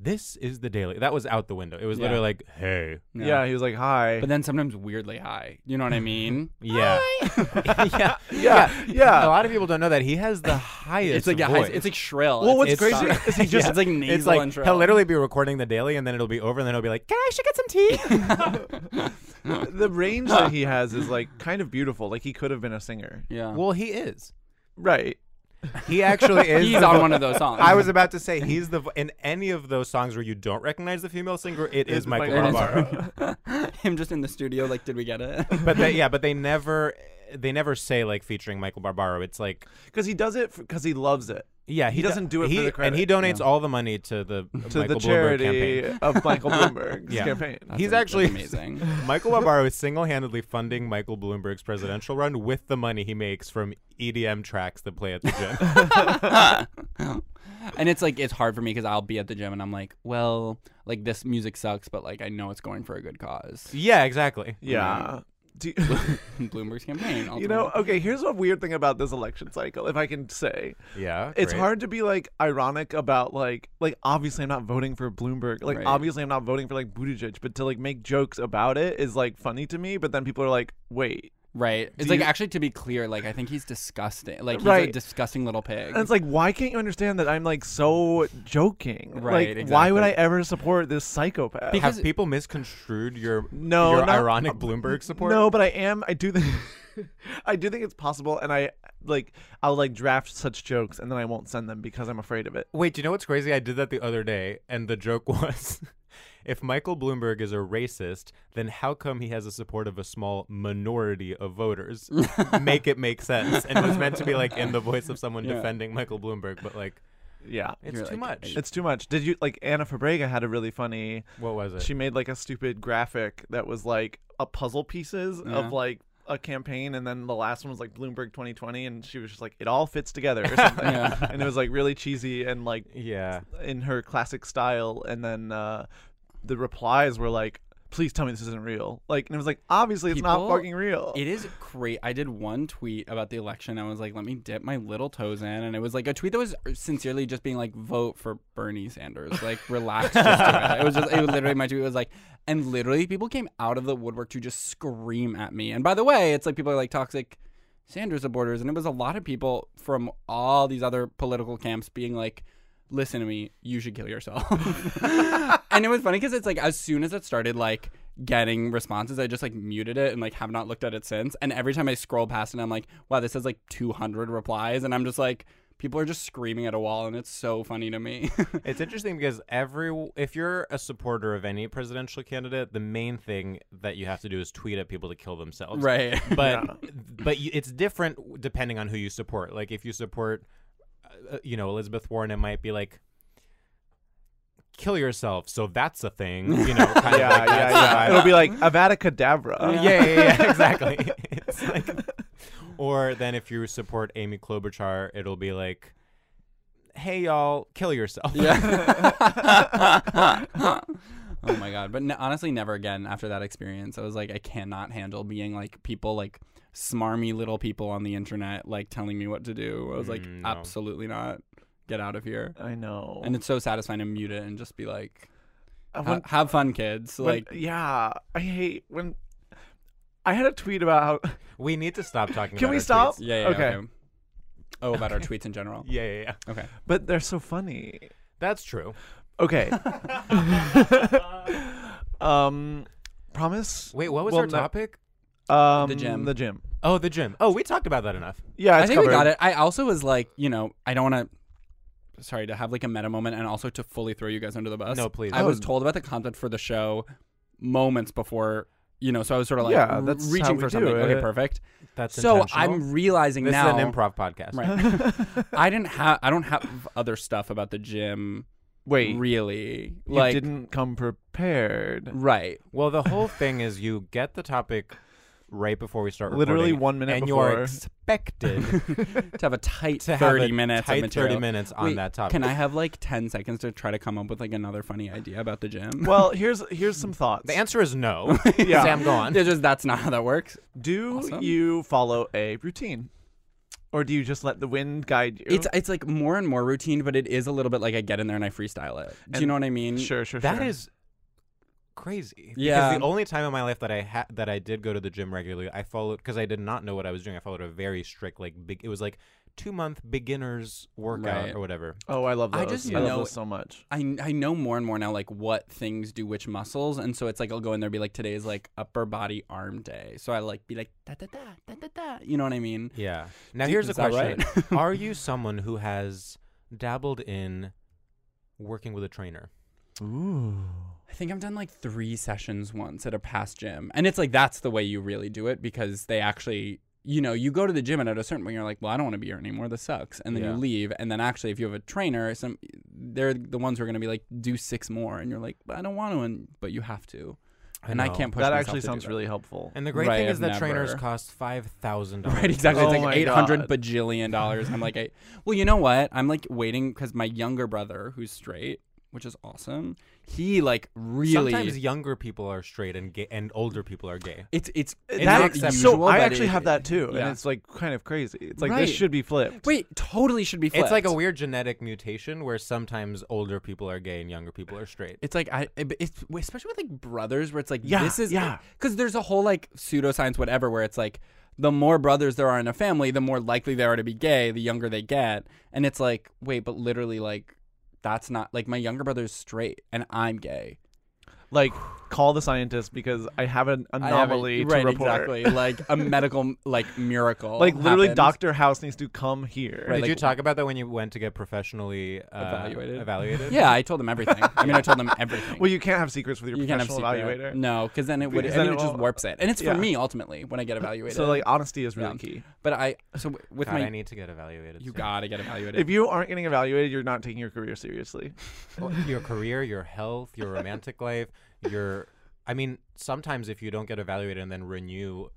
Speaker 3: this is the daily that was out the window it was
Speaker 1: Yeah.
Speaker 3: literally like hey
Speaker 1: Yeah.
Speaker 2: yeah he was like hi
Speaker 1: But then sometimes weirdly high. You know what I mean?
Speaker 3: yeah yeah
Speaker 2: Yeah, yeah.
Speaker 3: a lot of people don't know that he has the highest
Speaker 1: it's like a high,
Speaker 3: voice.
Speaker 1: it's like shrill.
Speaker 2: Well, what's
Speaker 1: it's,
Speaker 2: crazy
Speaker 1: it's,
Speaker 2: is he just-
Speaker 1: it's like nasal
Speaker 3: it's like
Speaker 1: and shrill.
Speaker 3: he'll literally be recording the daily and then it'll be over and then he'll be like can i should get some tea
Speaker 2: the range that he has is like kind of beautiful. Like he could have been a singer.
Speaker 1: yeah.
Speaker 3: well he is
Speaker 2: Right.
Speaker 3: he actually is
Speaker 1: He's
Speaker 3: the
Speaker 1: on
Speaker 3: vo-
Speaker 1: one of those songs.
Speaker 3: I was about to say he's the vo- in any of those songs where you don't recognize the female singer, it is
Speaker 2: It's
Speaker 3: Michael
Speaker 2: Michael
Speaker 3: Barbaro.
Speaker 1: him just in the studio. Like, did we get it?
Speaker 3: but they, yeah, but they never, they never say like featuring Michael Barbaro. It's like
Speaker 2: Because he does it because he loves it.
Speaker 3: Yeah,
Speaker 2: He doesn't do it for
Speaker 3: he-
Speaker 2: the
Speaker 3: and he
Speaker 2: credit.
Speaker 3: donates all the money to the
Speaker 2: To
Speaker 3: Michael
Speaker 2: the
Speaker 3: Bloomberg
Speaker 2: charity
Speaker 3: campaign.
Speaker 2: of Michael Bloomberg's
Speaker 3: Yeah.
Speaker 2: campaign.
Speaker 3: He's
Speaker 1: That's
Speaker 3: actually
Speaker 1: amazing.
Speaker 3: Michael Barbaro is single-handedly funding Michael Bloomberg's presidential run with the money he makes from EDM tracks that play at the gym.
Speaker 1: and it's like it's hard for me because I'll be at the gym and I'm like, well, like this music sucks, but like I know it's going for a good cause.
Speaker 3: yeah, exactly.
Speaker 2: yeah. Do
Speaker 1: Bloomberg's campaign.
Speaker 2: you know,
Speaker 1: ultimately.
Speaker 2: okay, here's a weird thing about this election cycle, if I can say.
Speaker 3: Yeah,
Speaker 2: It's
Speaker 3: great.
Speaker 2: hard to be like ironic about like like obviously I'm not voting for Bloomberg. Like
Speaker 1: Right.
Speaker 2: obviously I'm not voting for like Buttigieg, but to like make jokes about it is like funny to me, but then people are like, "Wait."
Speaker 1: right? It's
Speaker 2: Do
Speaker 1: like
Speaker 2: you-
Speaker 1: actually to be clear, like I think he's disgusting. Like he's a
Speaker 2: Right.
Speaker 1: disgusting little pig.
Speaker 2: And it's like, why can't you understand that I'm like so joking?
Speaker 1: Right,
Speaker 2: Like, why would I
Speaker 1: exactly.
Speaker 2: ever support this psychopath?
Speaker 1: Because-
Speaker 3: Have people misconstrued your
Speaker 2: No,
Speaker 3: your
Speaker 2: not-
Speaker 3: ironic Bloomberg support?
Speaker 2: no, but I am. I do think, I do think it's possible, and I like, I'll like draft such jokes, and then I won't send them because I'm afraid of it.
Speaker 3: Wait, do you know what's crazy? I did that the other day, and the joke was if Michael Bloomberg is a racist, then how come he has the support of a small minority of voters? make it make sense. And it was meant to be like in the voice of someone
Speaker 2: Yeah.
Speaker 3: defending Michael Bloomberg, but like,
Speaker 2: Yeah,
Speaker 3: it's too much.
Speaker 2: It's too much. Did you like Anna Fabrega had a really funny?
Speaker 3: What was it?
Speaker 2: She made like a stupid graphic that was like a puzzle pieces
Speaker 3: Yeah.
Speaker 2: of like a campaign, and then the last one was like Bloomberg 2020, and she was just like, it all fits together or something,
Speaker 3: Yeah.
Speaker 2: and it was like really cheesy and like
Speaker 3: yeah,
Speaker 2: in her classic style. And then uh, the replies were like, please tell me this isn't real. Like, and it was like, obviously it's not
Speaker 1: People-
Speaker 2: fucking real.
Speaker 1: It is great. I did one tweet about the election. I was like, let me dip my little toes in. And it was like a tweet that was sincerely just being like, vote for Bernie Sanders. Like, relax. just do it. it was just, it was literally my tweet was like, and literally people came out of the woodwork to just scream at me. And by the way, it's like people are like toxic Sanders supporters. And it was a lot of people from all these other political camps being like, listen to me, you should kill yourself. and it was funny because it's like as soon as it started like getting responses, I just like muted it and like have not looked at it since. And every time I scroll past it, I'm like, wow, this has like 200 replies, and I'm just like, people are just screaming at a wall, and it's so funny to me.
Speaker 3: it's interesting because every if you're a supporter of any presidential candidate, the main thing that you have to do is tweet at people to kill themselves.
Speaker 1: Right.
Speaker 3: But but you, it's different depending on who you support. Like if you support, uh, you know, Elizabeth Warren, it might be like. Kill yourself, so that's a thing, you know. Kind
Speaker 2: yeah,
Speaker 3: of like
Speaker 2: yeah,
Speaker 3: that's
Speaker 2: yeah.
Speaker 3: the vibe.
Speaker 2: It'll be like Avada Kedavra.
Speaker 1: Oh,
Speaker 3: Yeah, yeah, yeah, yeah, exactly. it's like, or then if you support Amy Klobuchar, it'll be like, "Hey y'all, kill yourself."
Speaker 1: Yeah. oh my god! But n honestly, never again after that experience. I was like, I cannot handle being like people like smarmy little people on the internet like telling me what to do. I was like,
Speaker 3: Mm, no. Uh,
Speaker 1: absolutely not. Get out of here.
Speaker 2: I know.
Speaker 1: And it's so satisfying to mute it and just be like,
Speaker 2: I
Speaker 1: "Ha-
Speaker 2: want-
Speaker 1: have fun, kids.
Speaker 2: When-
Speaker 1: like,
Speaker 2: yeah, I hate when. I had a tweet about how
Speaker 3: we need to stop talking.
Speaker 2: Can
Speaker 3: about
Speaker 2: we
Speaker 3: our
Speaker 2: stop?
Speaker 3: tweets.
Speaker 1: yeah, yeah,
Speaker 2: Okay.
Speaker 1: okay. Oh, about our tweets in general.
Speaker 3: Yeah, yeah, yeah.
Speaker 1: Okay.
Speaker 2: But they're so funny.
Speaker 3: That's true.
Speaker 2: Okay. um, promise.
Speaker 3: Wait, what was
Speaker 2: will
Speaker 3: our
Speaker 2: ne-
Speaker 3: topic?
Speaker 2: Um,
Speaker 1: The gym.
Speaker 2: The gym.
Speaker 3: Oh, the gym. Oh, we talked about that enough.
Speaker 2: Yeah,
Speaker 1: I
Speaker 2: it's
Speaker 1: think we got
Speaker 2: covered.
Speaker 1: it. I also was like, you know, I don't want to. Sorry to have like a meta moment and also to fully throw you guys under the bus.
Speaker 3: No, please.
Speaker 1: I
Speaker 3: Oh.
Speaker 1: was told about the content for the show moments before, you know, so I was sort of like
Speaker 2: Yeah, that's how
Speaker 1: reaching
Speaker 2: we
Speaker 1: for
Speaker 2: do
Speaker 1: something.
Speaker 2: it.
Speaker 1: Okay, perfect.
Speaker 3: That's
Speaker 1: so
Speaker 3: intentional.
Speaker 1: I'm realizing
Speaker 3: This is
Speaker 1: now
Speaker 2: Oh.
Speaker 3: an improv podcast.
Speaker 1: Right. I didn't have. I don't have other stuff about the gym.
Speaker 2: Wait.
Speaker 1: really?
Speaker 2: You
Speaker 1: like
Speaker 2: didn't come prepared.
Speaker 1: right?
Speaker 3: Well, the whole thing is you get the topic right before we start.
Speaker 2: Literally
Speaker 3: recording,
Speaker 2: one minute
Speaker 3: and you
Speaker 2: before.
Speaker 3: are expected
Speaker 1: to have a tight
Speaker 3: To have
Speaker 1: thirty
Speaker 3: a
Speaker 1: minutes.
Speaker 3: tight
Speaker 1: of
Speaker 3: 30
Speaker 1: material.
Speaker 3: minutes on
Speaker 1: Wait,
Speaker 3: that topic.
Speaker 1: Can I have like ten seconds to try to come up with like another funny idea about the gym?
Speaker 2: Well, here's here's some thoughts.
Speaker 3: The answer is no.
Speaker 2: Yeah.
Speaker 3: Sam, go on.
Speaker 1: They're just that's not how that works.
Speaker 2: Do
Speaker 1: Awesome.
Speaker 2: you follow a routine, or do you just let the wind guide you?
Speaker 1: It's it's like more and more routine, but it is a little bit like I get in there and I freestyle it. Do you
Speaker 2: And-
Speaker 1: know what I mean?
Speaker 2: sure, sure.
Speaker 3: That
Speaker 2: sure.
Speaker 3: is crazy.
Speaker 1: Yeah.
Speaker 3: Because the only time in my life that I had that I did go to the gym regularly, I followed because I did not know what I was doing. I followed a very strict like big. It was like two month beginners workout
Speaker 1: Right.
Speaker 3: or whatever.
Speaker 2: Oh, I love those.
Speaker 1: I
Speaker 2: I
Speaker 1: just
Speaker 2: love
Speaker 1: know-
Speaker 2: those so much.
Speaker 1: I, I know more and more now like what things do which muscles and so it's like I'll go in there and be like today is like upper body arm day so I like be like da da da da da da you know what I mean
Speaker 3: Yeah. Now
Speaker 1: Do-
Speaker 3: here's a
Speaker 1: is that
Speaker 3: question:
Speaker 1: right?
Speaker 3: Are you someone who has dabbled in working with a trainer?
Speaker 2: Ooh.
Speaker 1: I think I've done like three sessions once at a past gym. And it's like that's the way you really do it because they actually you know, you go to the gym and at a certain point you're like, Well, I don't want to be here anymore, this sucks and then
Speaker 3: Yeah.
Speaker 1: you leave and then actually if you have a trainer, some they're the ones who are gonna be like, Do six more and you're like, But I don't want to and but you have to. and I
Speaker 3: know.
Speaker 1: can't push
Speaker 2: That
Speaker 1: myself
Speaker 2: actually
Speaker 1: to do
Speaker 2: sounds
Speaker 1: that.
Speaker 2: really helpful.
Speaker 3: And the great
Speaker 1: Right,
Speaker 3: thing is
Speaker 1: I've
Speaker 3: that trainers
Speaker 1: never.
Speaker 3: cost five thousand dollars.
Speaker 1: Right, exactly. It's
Speaker 2: Oh
Speaker 1: like
Speaker 2: my
Speaker 1: eight
Speaker 2: God.
Speaker 1: hundred bajillion dollars. I'm like, I, well, you know what? I'm like waiting because my younger brother, who's straight, which is awesome, he like really
Speaker 3: Sometimes younger people are straight and gay, and older people are gay.
Speaker 1: It's it's
Speaker 3: It's
Speaker 2: That-
Speaker 3: not
Speaker 1: not
Speaker 3: acceptable.
Speaker 1: usual,
Speaker 2: so I
Speaker 1: but
Speaker 2: actually
Speaker 1: it-
Speaker 2: have that too,
Speaker 1: yeah.
Speaker 2: and it's like kind of crazy. It's like
Speaker 1: Right.
Speaker 2: this should be flipped.
Speaker 1: wait, totally should be. Flipped.
Speaker 3: It's like a weird genetic mutation where sometimes older people are gay and younger people are straight.
Speaker 1: It's like I, it- it's especially with like brothers, where it's like
Speaker 2: Yeah,
Speaker 1: this is
Speaker 2: yeah.
Speaker 1: because there's a whole like pseudoscience, whatever, where it's like the more brothers there are in a family, the more likely they are to be gay, the younger they get, and it's like wait, but literally like that's not like my younger brother's straight and I'm gay.
Speaker 2: like call the scientist because I have an
Speaker 1: I have a-
Speaker 2: anomaly
Speaker 1: right,
Speaker 2: to report.
Speaker 1: exactly. Like a medical like miracle.
Speaker 2: like literally,
Speaker 1: happens.
Speaker 2: Doctor House needs to come here.
Speaker 3: Did you talk about that when you went to get professionally uh,
Speaker 1: evaluated.
Speaker 3: Evaluated.
Speaker 1: Yeah, I told them everything. I mean, I told them everything.
Speaker 2: Well, you can't have secrets with your
Speaker 1: You can't have
Speaker 2: professional
Speaker 1: secret.
Speaker 2: evaluator.
Speaker 1: No, because then it would.
Speaker 2: Because
Speaker 1: I
Speaker 2: then
Speaker 1: mean,
Speaker 2: it
Speaker 1: it just
Speaker 2: will-
Speaker 1: warps it, and it's
Speaker 2: Yeah.
Speaker 1: for me ultimately when I get evaluated.
Speaker 2: So like honesty is really
Speaker 1: Yeah.
Speaker 2: key.
Speaker 1: But I so w- with
Speaker 3: God,
Speaker 1: my
Speaker 3: I need to get evaluated.
Speaker 1: you
Speaker 3: soon.
Speaker 1: gotta get evaluated.
Speaker 2: If you aren't getting evaluated, you're not taking your career seriously.
Speaker 3: Well, your career, your health, your romantic life, your. I mean, sometimes if you don't get evaluated and then renew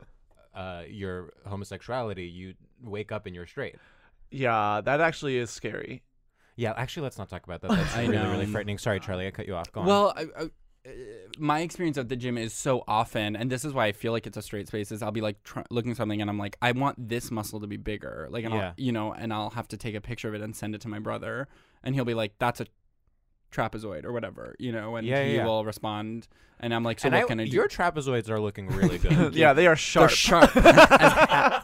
Speaker 3: uh, your homosexuality, you wake up and you're straight.
Speaker 2: Yeah, that actually is scary.
Speaker 3: Yeah, actually, let's not talk about that. That's
Speaker 1: I
Speaker 3: really,
Speaker 1: know.
Speaker 3: really frightening. Sorry, Charlie, I cut you off. Go on.
Speaker 1: Well, I, I, uh, my experience at the gym is so often, and this is why I feel like it's a straight space. Is I'll be like tr- looking at something, and I'm like, I want this muscle to be bigger, like, and
Speaker 3: Yeah.
Speaker 1: I'll, you know, and I'll have to take a picture of it and send it to my brother, and he'll be like, that's a trapezoid or whatever, you know, and
Speaker 3: Yeah, yeah,
Speaker 1: he
Speaker 3: yeah.
Speaker 1: will respond, and I'm like, so
Speaker 3: and
Speaker 1: what
Speaker 3: I-
Speaker 1: can I do?
Speaker 3: your trapezoids are looking really good.
Speaker 2: yeah, they are
Speaker 1: They're
Speaker 2: sharp.
Speaker 1: sharp as heck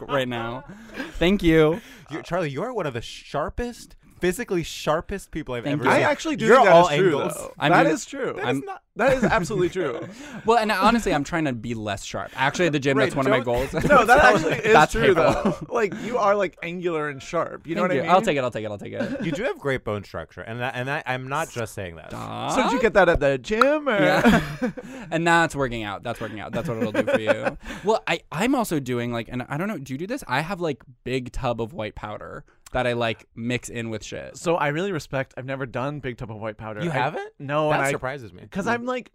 Speaker 1: right now. Thank you.
Speaker 3: You- Charlie, you're one of the sharpest, physically sharpest people I've
Speaker 1: Thank
Speaker 3: ever.
Speaker 1: you.
Speaker 2: I
Speaker 3: seen.
Speaker 2: actually do
Speaker 3: You're
Speaker 2: think that
Speaker 3: all
Speaker 2: is true.
Speaker 3: angles.
Speaker 2: though.
Speaker 1: I'm
Speaker 2: That
Speaker 1: doing-
Speaker 2: is true.
Speaker 1: That is I'm-
Speaker 2: not, that is absolutely true.
Speaker 1: Well, and honestly, I'm trying to be less sharp. Actually, at the gym,
Speaker 3: Right,
Speaker 1: that's one of my
Speaker 3: don't-
Speaker 1: goals.
Speaker 2: No, that actually is
Speaker 1: That's
Speaker 2: true
Speaker 1: hateful.
Speaker 2: though. Like you are like angular and sharp. You know
Speaker 1: Thank
Speaker 2: what I
Speaker 1: you.
Speaker 2: mean?
Speaker 1: I'll take it. I'll take it. I'll take it.
Speaker 3: you do have great bone structure, and that, and I, I'm not just saying that.
Speaker 2: So did you get that at the gym? Or?
Speaker 1: yeah. and that's working out. That's working out. That's what it'll do for you. Well, I I'm also doing like, and I don't know. Do you do this? I have like big tub of white powder that I like mix in with shit.
Speaker 2: So I really respect. I've never done big tub of white powder.
Speaker 3: You
Speaker 2: I-
Speaker 3: haven't?
Speaker 2: No,
Speaker 3: that
Speaker 2: and I,
Speaker 3: surprises me.
Speaker 2: because I'm like,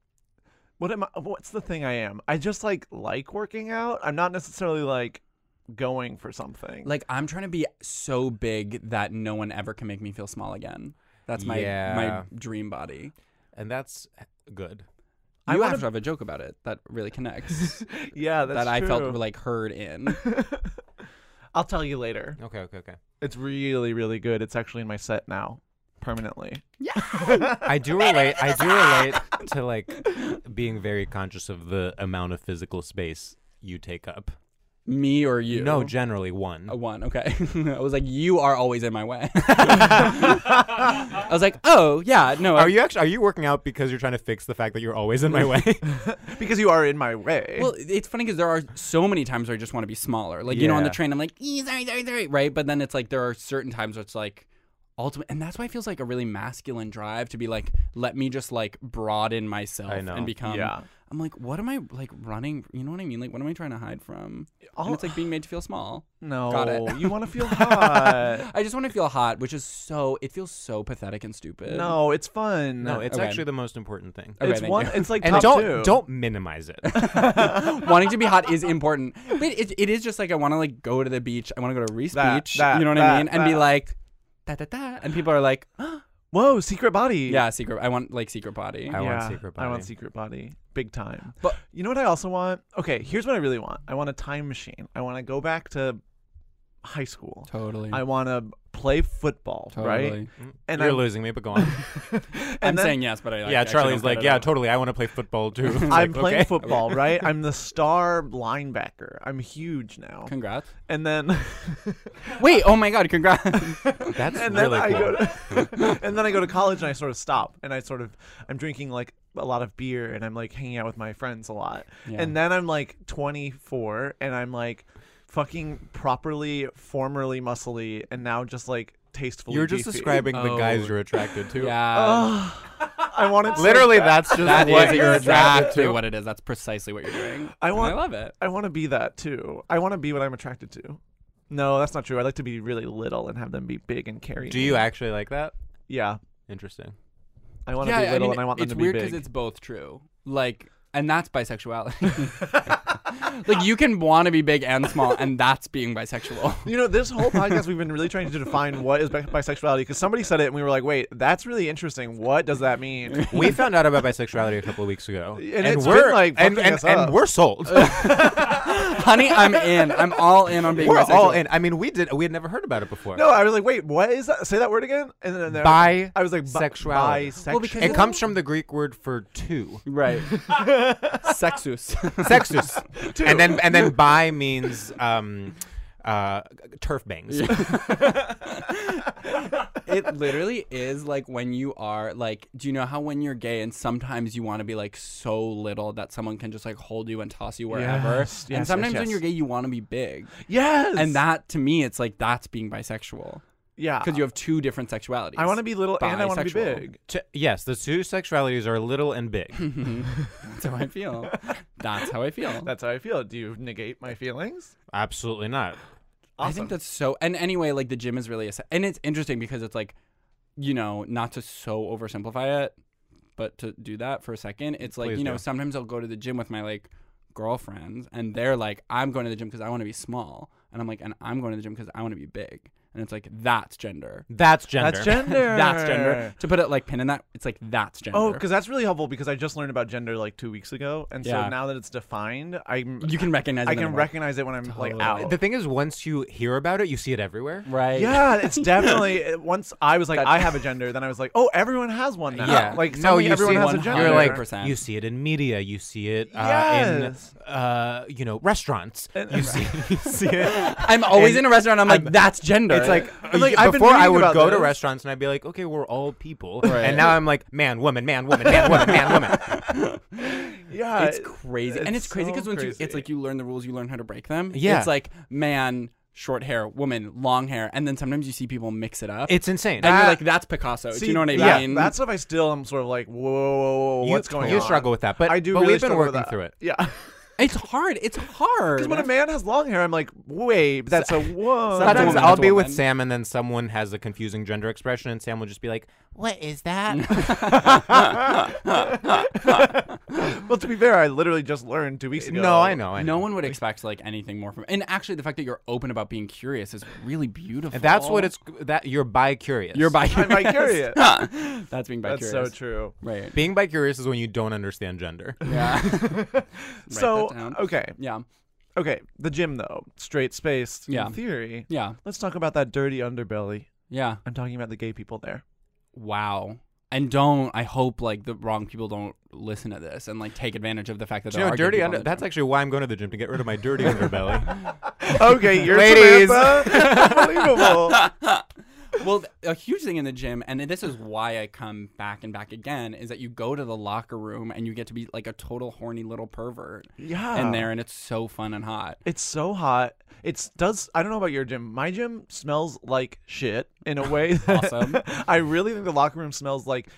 Speaker 2: what am I? What's the thing I am? I just like like working out. I'm not necessarily like going for something.
Speaker 1: Like I'm trying to be so big that no one ever can make me feel small again. That's my
Speaker 3: Yeah.
Speaker 1: my dream body.
Speaker 3: and that's good.
Speaker 1: You
Speaker 2: wanna-
Speaker 1: have to have a joke about it that really connects.
Speaker 2: yeah, that's
Speaker 1: that I
Speaker 2: true.
Speaker 1: felt like heard in.
Speaker 2: I'll tell you later.
Speaker 3: Okay, okay, okay.
Speaker 2: It's really really good. It's actually in my set now, permanently.
Speaker 3: I do relate. I do relate to like being very conscious of the amount of physical space you take up.
Speaker 1: Me or you?
Speaker 3: No, generally one.
Speaker 1: A one, okay. I was like, you are always in my way. I was like, oh yeah, no. I-
Speaker 3: Are you actually are you working out because you're trying to fix the fact that you're always in my way?
Speaker 2: because you are in my way.
Speaker 1: Well, it's funny because there are so many times where I just want to be smaller. Like you know, on
Speaker 3: Yeah.
Speaker 1: the train, I'm like, "Ee, sorry, sorry, sorry, right? But then it's like there are certain times where it's like ultimate, and that's why it feels like a really masculine drive to be like, let me just like broaden myself
Speaker 3: I know.
Speaker 1: and become.
Speaker 2: Yeah.
Speaker 1: I'm like, what am I like running? You know what I mean? Like, what am I trying to hide from?
Speaker 2: All-
Speaker 1: and it's like being made to feel small.
Speaker 2: Oh. no,
Speaker 1: Got it.
Speaker 2: you want to feel hot.
Speaker 1: I just want to feel hot, which is so. It feels so pathetic and stupid.
Speaker 2: no, it's fun.
Speaker 3: no, it's
Speaker 1: Okay.
Speaker 3: actually the most important thing.
Speaker 1: Okay,
Speaker 2: it's
Speaker 1: thank
Speaker 2: one.
Speaker 1: you.
Speaker 2: It's like
Speaker 3: And
Speaker 2: top
Speaker 3: don't
Speaker 2: two.
Speaker 3: don't minimize it.
Speaker 1: wanting to be hot is important. But it, it is just like I want to like go to the beach. I want to go to Reese
Speaker 2: That,
Speaker 1: Beach.
Speaker 2: that,
Speaker 1: you know what
Speaker 2: that,
Speaker 1: I mean? And be
Speaker 2: that.
Speaker 1: like da da da. And people are like, "Huh,
Speaker 2: Whoa, secret body.
Speaker 1: yeah, secret. I want like secret body.
Speaker 3: I want secret
Speaker 2: I want
Speaker 3: body.
Speaker 2: secret body. Big time.
Speaker 1: But-
Speaker 2: you know what I also want? Okay, here's what I really want. I want a time machine. I want to go back to high school.
Speaker 1: Totally.
Speaker 2: I want to play football, right? And
Speaker 3: And you're
Speaker 2: I-
Speaker 3: losing me, but go on.
Speaker 2: And
Speaker 1: I'm
Speaker 2: then
Speaker 1: saying yes, but I like,
Speaker 3: yeah,
Speaker 1: actually
Speaker 3: Charlie's
Speaker 1: don't get
Speaker 3: like,
Speaker 1: it
Speaker 3: yeah,
Speaker 1: at all.
Speaker 3: totally. I want to play football too. It's
Speaker 2: I'm
Speaker 3: like,
Speaker 2: playing
Speaker 3: okay.
Speaker 2: football, right? I'm the star linebacker. I'm huge now.
Speaker 1: Congrats.
Speaker 2: and then
Speaker 1: Wait, oh my god, congrats.
Speaker 3: That's
Speaker 2: and
Speaker 3: really
Speaker 2: then I
Speaker 3: cool.
Speaker 2: go to, and then I go to college and I sort of stop and I sort of I'm drinking like a lot of beer and I'm like hanging out with my friends a lot.
Speaker 1: Yeah.
Speaker 2: And then I'm like 24 and I'm like fucking properly formerly muscly and now just like tastefully
Speaker 3: You're just
Speaker 2: beefy.
Speaker 3: describing the
Speaker 1: Oh.
Speaker 3: guys you're attracted to.
Speaker 2: Oh,
Speaker 1: yeah.
Speaker 2: I wanted to
Speaker 3: Literally, that's just
Speaker 1: that
Speaker 3: what
Speaker 1: is
Speaker 3: you're attracted
Speaker 1: exactly
Speaker 3: to.
Speaker 1: what it is. That's precisely what you're doing.
Speaker 2: I
Speaker 1: And
Speaker 2: want
Speaker 1: I love it.
Speaker 2: I want to be that too. I want to be what I'm attracted to. No, that's not true. I like to be really little and have them be big and carry.
Speaker 3: Do
Speaker 2: me.
Speaker 3: you actually like that?
Speaker 2: Yeah.
Speaker 3: Interesting.
Speaker 2: I want to
Speaker 1: yeah,
Speaker 2: be little
Speaker 1: I mean,
Speaker 2: and I want them
Speaker 1: it's
Speaker 2: to
Speaker 1: weird
Speaker 2: be big.
Speaker 1: it's both true. Like, and that's bisexuality. like, you can want to be big and small, and that's being bisexual.
Speaker 2: You know, this whole podcast we've been really trying to define what is bi- bisexuality because somebody said it and we were like, "Wait, that's really interesting. What does that mean?"
Speaker 3: We found out about bisexuality a couple of weeks ago,
Speaker 2: And it's
Speaker 3: we're
Speaker 2: been, like,
Speaker 3: and
Speaker 2: fucking
Speaker 3: and,
Speaker 2: us up.
Speaker 3: and we're sold.
Speaker 1: Honey, I'm in. I'm all in on being
Speaker 3: we're
Speaker 1: bisexual.
Speaker 3: all in. I mean, we did. We had never heard about it before.
Speaker 2: No, I was like, "Wait, what is that? Say that word again." And then there,
Speaker 3: Bi-
Speaker 2: I was like, bi-
Speaker 3: sexuality.
Speaker 2: Bisexual.
Speaker 1: Well, because
Speaker 3: it comes from the Greek word for two,
Speaker 1: Right. Sexus.
Speaker 3: sexus, and then and then bi means um, uh, turf bangs.
Speaker 1: it literally is like when you are like do you know how when you're gay and sometimes you want to be like so little that someone can just like hold you and toss you wherever
Speaker 2: Yes, yes,
Speaker 1: and
Speaker 2: yes,
Speaker 1: sometimes
Speaker 2: yes.
Speaker 1: when you're gay you want to be big
Speaker 2: Yes!
Speaker 1: and that to me it's like that's being bisexual
Speaker 2: Yeah.
Speaker 1: because you have two different sexualities
Speaker 2: Uh, I wanna be little and I wanna be big.
Speaker 3: T- yes, the two sexualities are little and big.
Speaker 1: that's how I feel that's how I feel
Speaker 2: That's how I feel. Do you negate my feelings?
Speaker 3: Absolutely not.
Speaker 1: I think that's so. And anyway, like the gym is really a, and it's interesting because it's like, you know, not to so oversimplify it, but to do that for a second, it's like
Speaker 3: Please
Speaker 1: you know
Speaker 3: do.
Speaker 1: sometimes I'll go to the gym with my like girlfriends, and they're like, I'm going to the gym because I want to be small, and I'm like, and I'm going to the gym because I want to be big, and it's like that's gender.
Speaker 3: That's gender.
Speaker 2: That's gender.
Speaker 1: that's gender. To put it like pin in that, it's like that's gender.
Speaker 2: Oh, because that's really helpful because I just learned about gender like two weeks ago, and
Speaker 1: Yeah.
Speaker 2: so now that it's defined, I
Speaker 1: You can recognize it
Speaker 2: I
Speaker 1: in the
Speaker 2: can
Speaker 1: world.
Speaker 2: recognize it when I'm like
Speaker 1: Totally.
Speaker 2: out.
Speaker 3: The thing is, once you hear about it, you see it everywhere.
Speaker 1: right.
Speaker 2: yeah, it's definitely it- once I was like, I have a gender, then I was like, oh, everyone has one now.
Speaker 3: Yeah.
Speaker 2: like
Speaker 3: No,
Speaker 2: suddenly
Speaker 3: you
Speaker 2: everyone
Speaker 3: see
Speaker 2: has a
Speaker 1: one
Speaker 2: gender.
Speaker 3: You're like,
Speaker 1: 100%.
Speaker 3: you see it in media. You see it uh,
Speaker 2: Yes.
Speaker 3: in, uh, you know, restaurants. You see, you see it.
Speaker 1: I'm always
Speaker 3: And
Speaker 1: in a restaurant. I'm like, that's gender.
Speaker 3: It's like,
Speaker 2: I'm like,
Speaker 3: y-
Speaker 2: I've been
Speaker 3: Uh, before I
Speaker 2: reading
Speaker 3: would
Speaker 2: about
Speaker 3: go to
Speaker 2: this.
Speaker 3: restaurants and I'd be like, okay, we're all people, and now I'm like, man, woman, man, woman, man, woman, man, woman. Uh,
Speaker 2: yeah,
Speaker 1: it's
Speaker 2: it-
Speaker 1: crazy, and it's crazy
Speaker 2: so
Speaker 1: because once you, it's
Speaker 2: crazy.
Speaker 1: like you learn the rules, you learn how to break them.
Speaker 3: Yeah.
Speaker 1: it's like man, short hair, woman, long hair, and then sometimes you see people mix it up.
Speaker 3: It's insane.
Speaker 1: and you're like, that's Picasso. do you know what I
Speaker 2: that-
Speaker 1: mean?
Speaker 2: That stuff I still am sort of like, whoa, whoa, whoa, whoa
Speaker 3: You-
Speaker 2: what's going
Speaker 3: you
Speaker 2: on?
Speaker 3: struggle with that, but-
Speaker 2: I do.
Speaker 3: but
Speaker 2: really
Speaker 3: we've been
Speaker 2: struggle with
Speaker 3: working
Speaker 2: that.
Speaker 3: through it.
Speaker 2: Yeah,
Speaker 1: it's hard. It's hard.
Speaker 2: because when a man has long hair, I'm like, wait, that's a whoa.
Speaker 1: That's a
Speaker 3: Sometimes
Speaker 1: woman,
Speaker 3: I'll
Speaker 1: that's a
Speaker 3: be with
Speaker 1: woman.
Speaker 3: Sam, and then someone has a confusing gender expression, and Sam will just be like, "What is that?"
Speaker 2: well, to be fair, I literally just learned two weeks ago.
Speaker 3: no, I know, I know.
Speaker 1: no one would expect like anything more from. And actually, the fact that you're open about being curious is really beautiful.
Speaker 3: And that's what it's that you're bi curious.
Speaker 1: You're bi.
Speaker 2: I'm bi-curious.
Speaker 1: that's being bi.
Speaker 2: That's so true.
Speaker 1: Right.
Speaker 3: being bi curious is when you don't understand gender.
Speaker 1: Yeah. Write
Speaker 2: So
Speaker 1: that down.
Speaker 2: okay,
Speaker 1: Yeah.
Speaker 2: okay, the gym though, straight space in
Speaker 1: Yeah.
Speaker 2: theory.
Speaker 1: Yeah.
Speaker 2: Let's talk about that dirty underbelly.
Speaker 1: Yeah.
Speaker 2: I'm talking about the gay people there.
Speaker 1: Wow. And don't I hope like the wrong people don't listen to this and like take advantage of the fact that
Speaker 3: Do
Speaker 1: there
Speaker 3: you know,
Speaker 1: are gay
Speaker 3: dirty
Speaker 1: people
Speaker 3: under.
Speaker 1: in the
Speaker 3: That's
Speaker 1: gym.
Speaker 3: actually why I'm going to the gym to get rid of my dirty underbelly.
Speaker 2: Okay, you're
Speaker 3: Ladies.
Speaker 2: Samantha. Unbelievable.
Speaker 1: well th- a huge thing in the gym and this is why I come back and back again is that you go to the locker room and you get to be like a total horny little pervert
Speaker 2: Yeah.
Speaker 1: in there and it's so fun and hot.
Speaker 2: It's so hot. It's does I don't know about your gym. My gym smells like shit in a way. that-
Speaker 1: Awesome.
Speaker 2: I really think the locker room smells like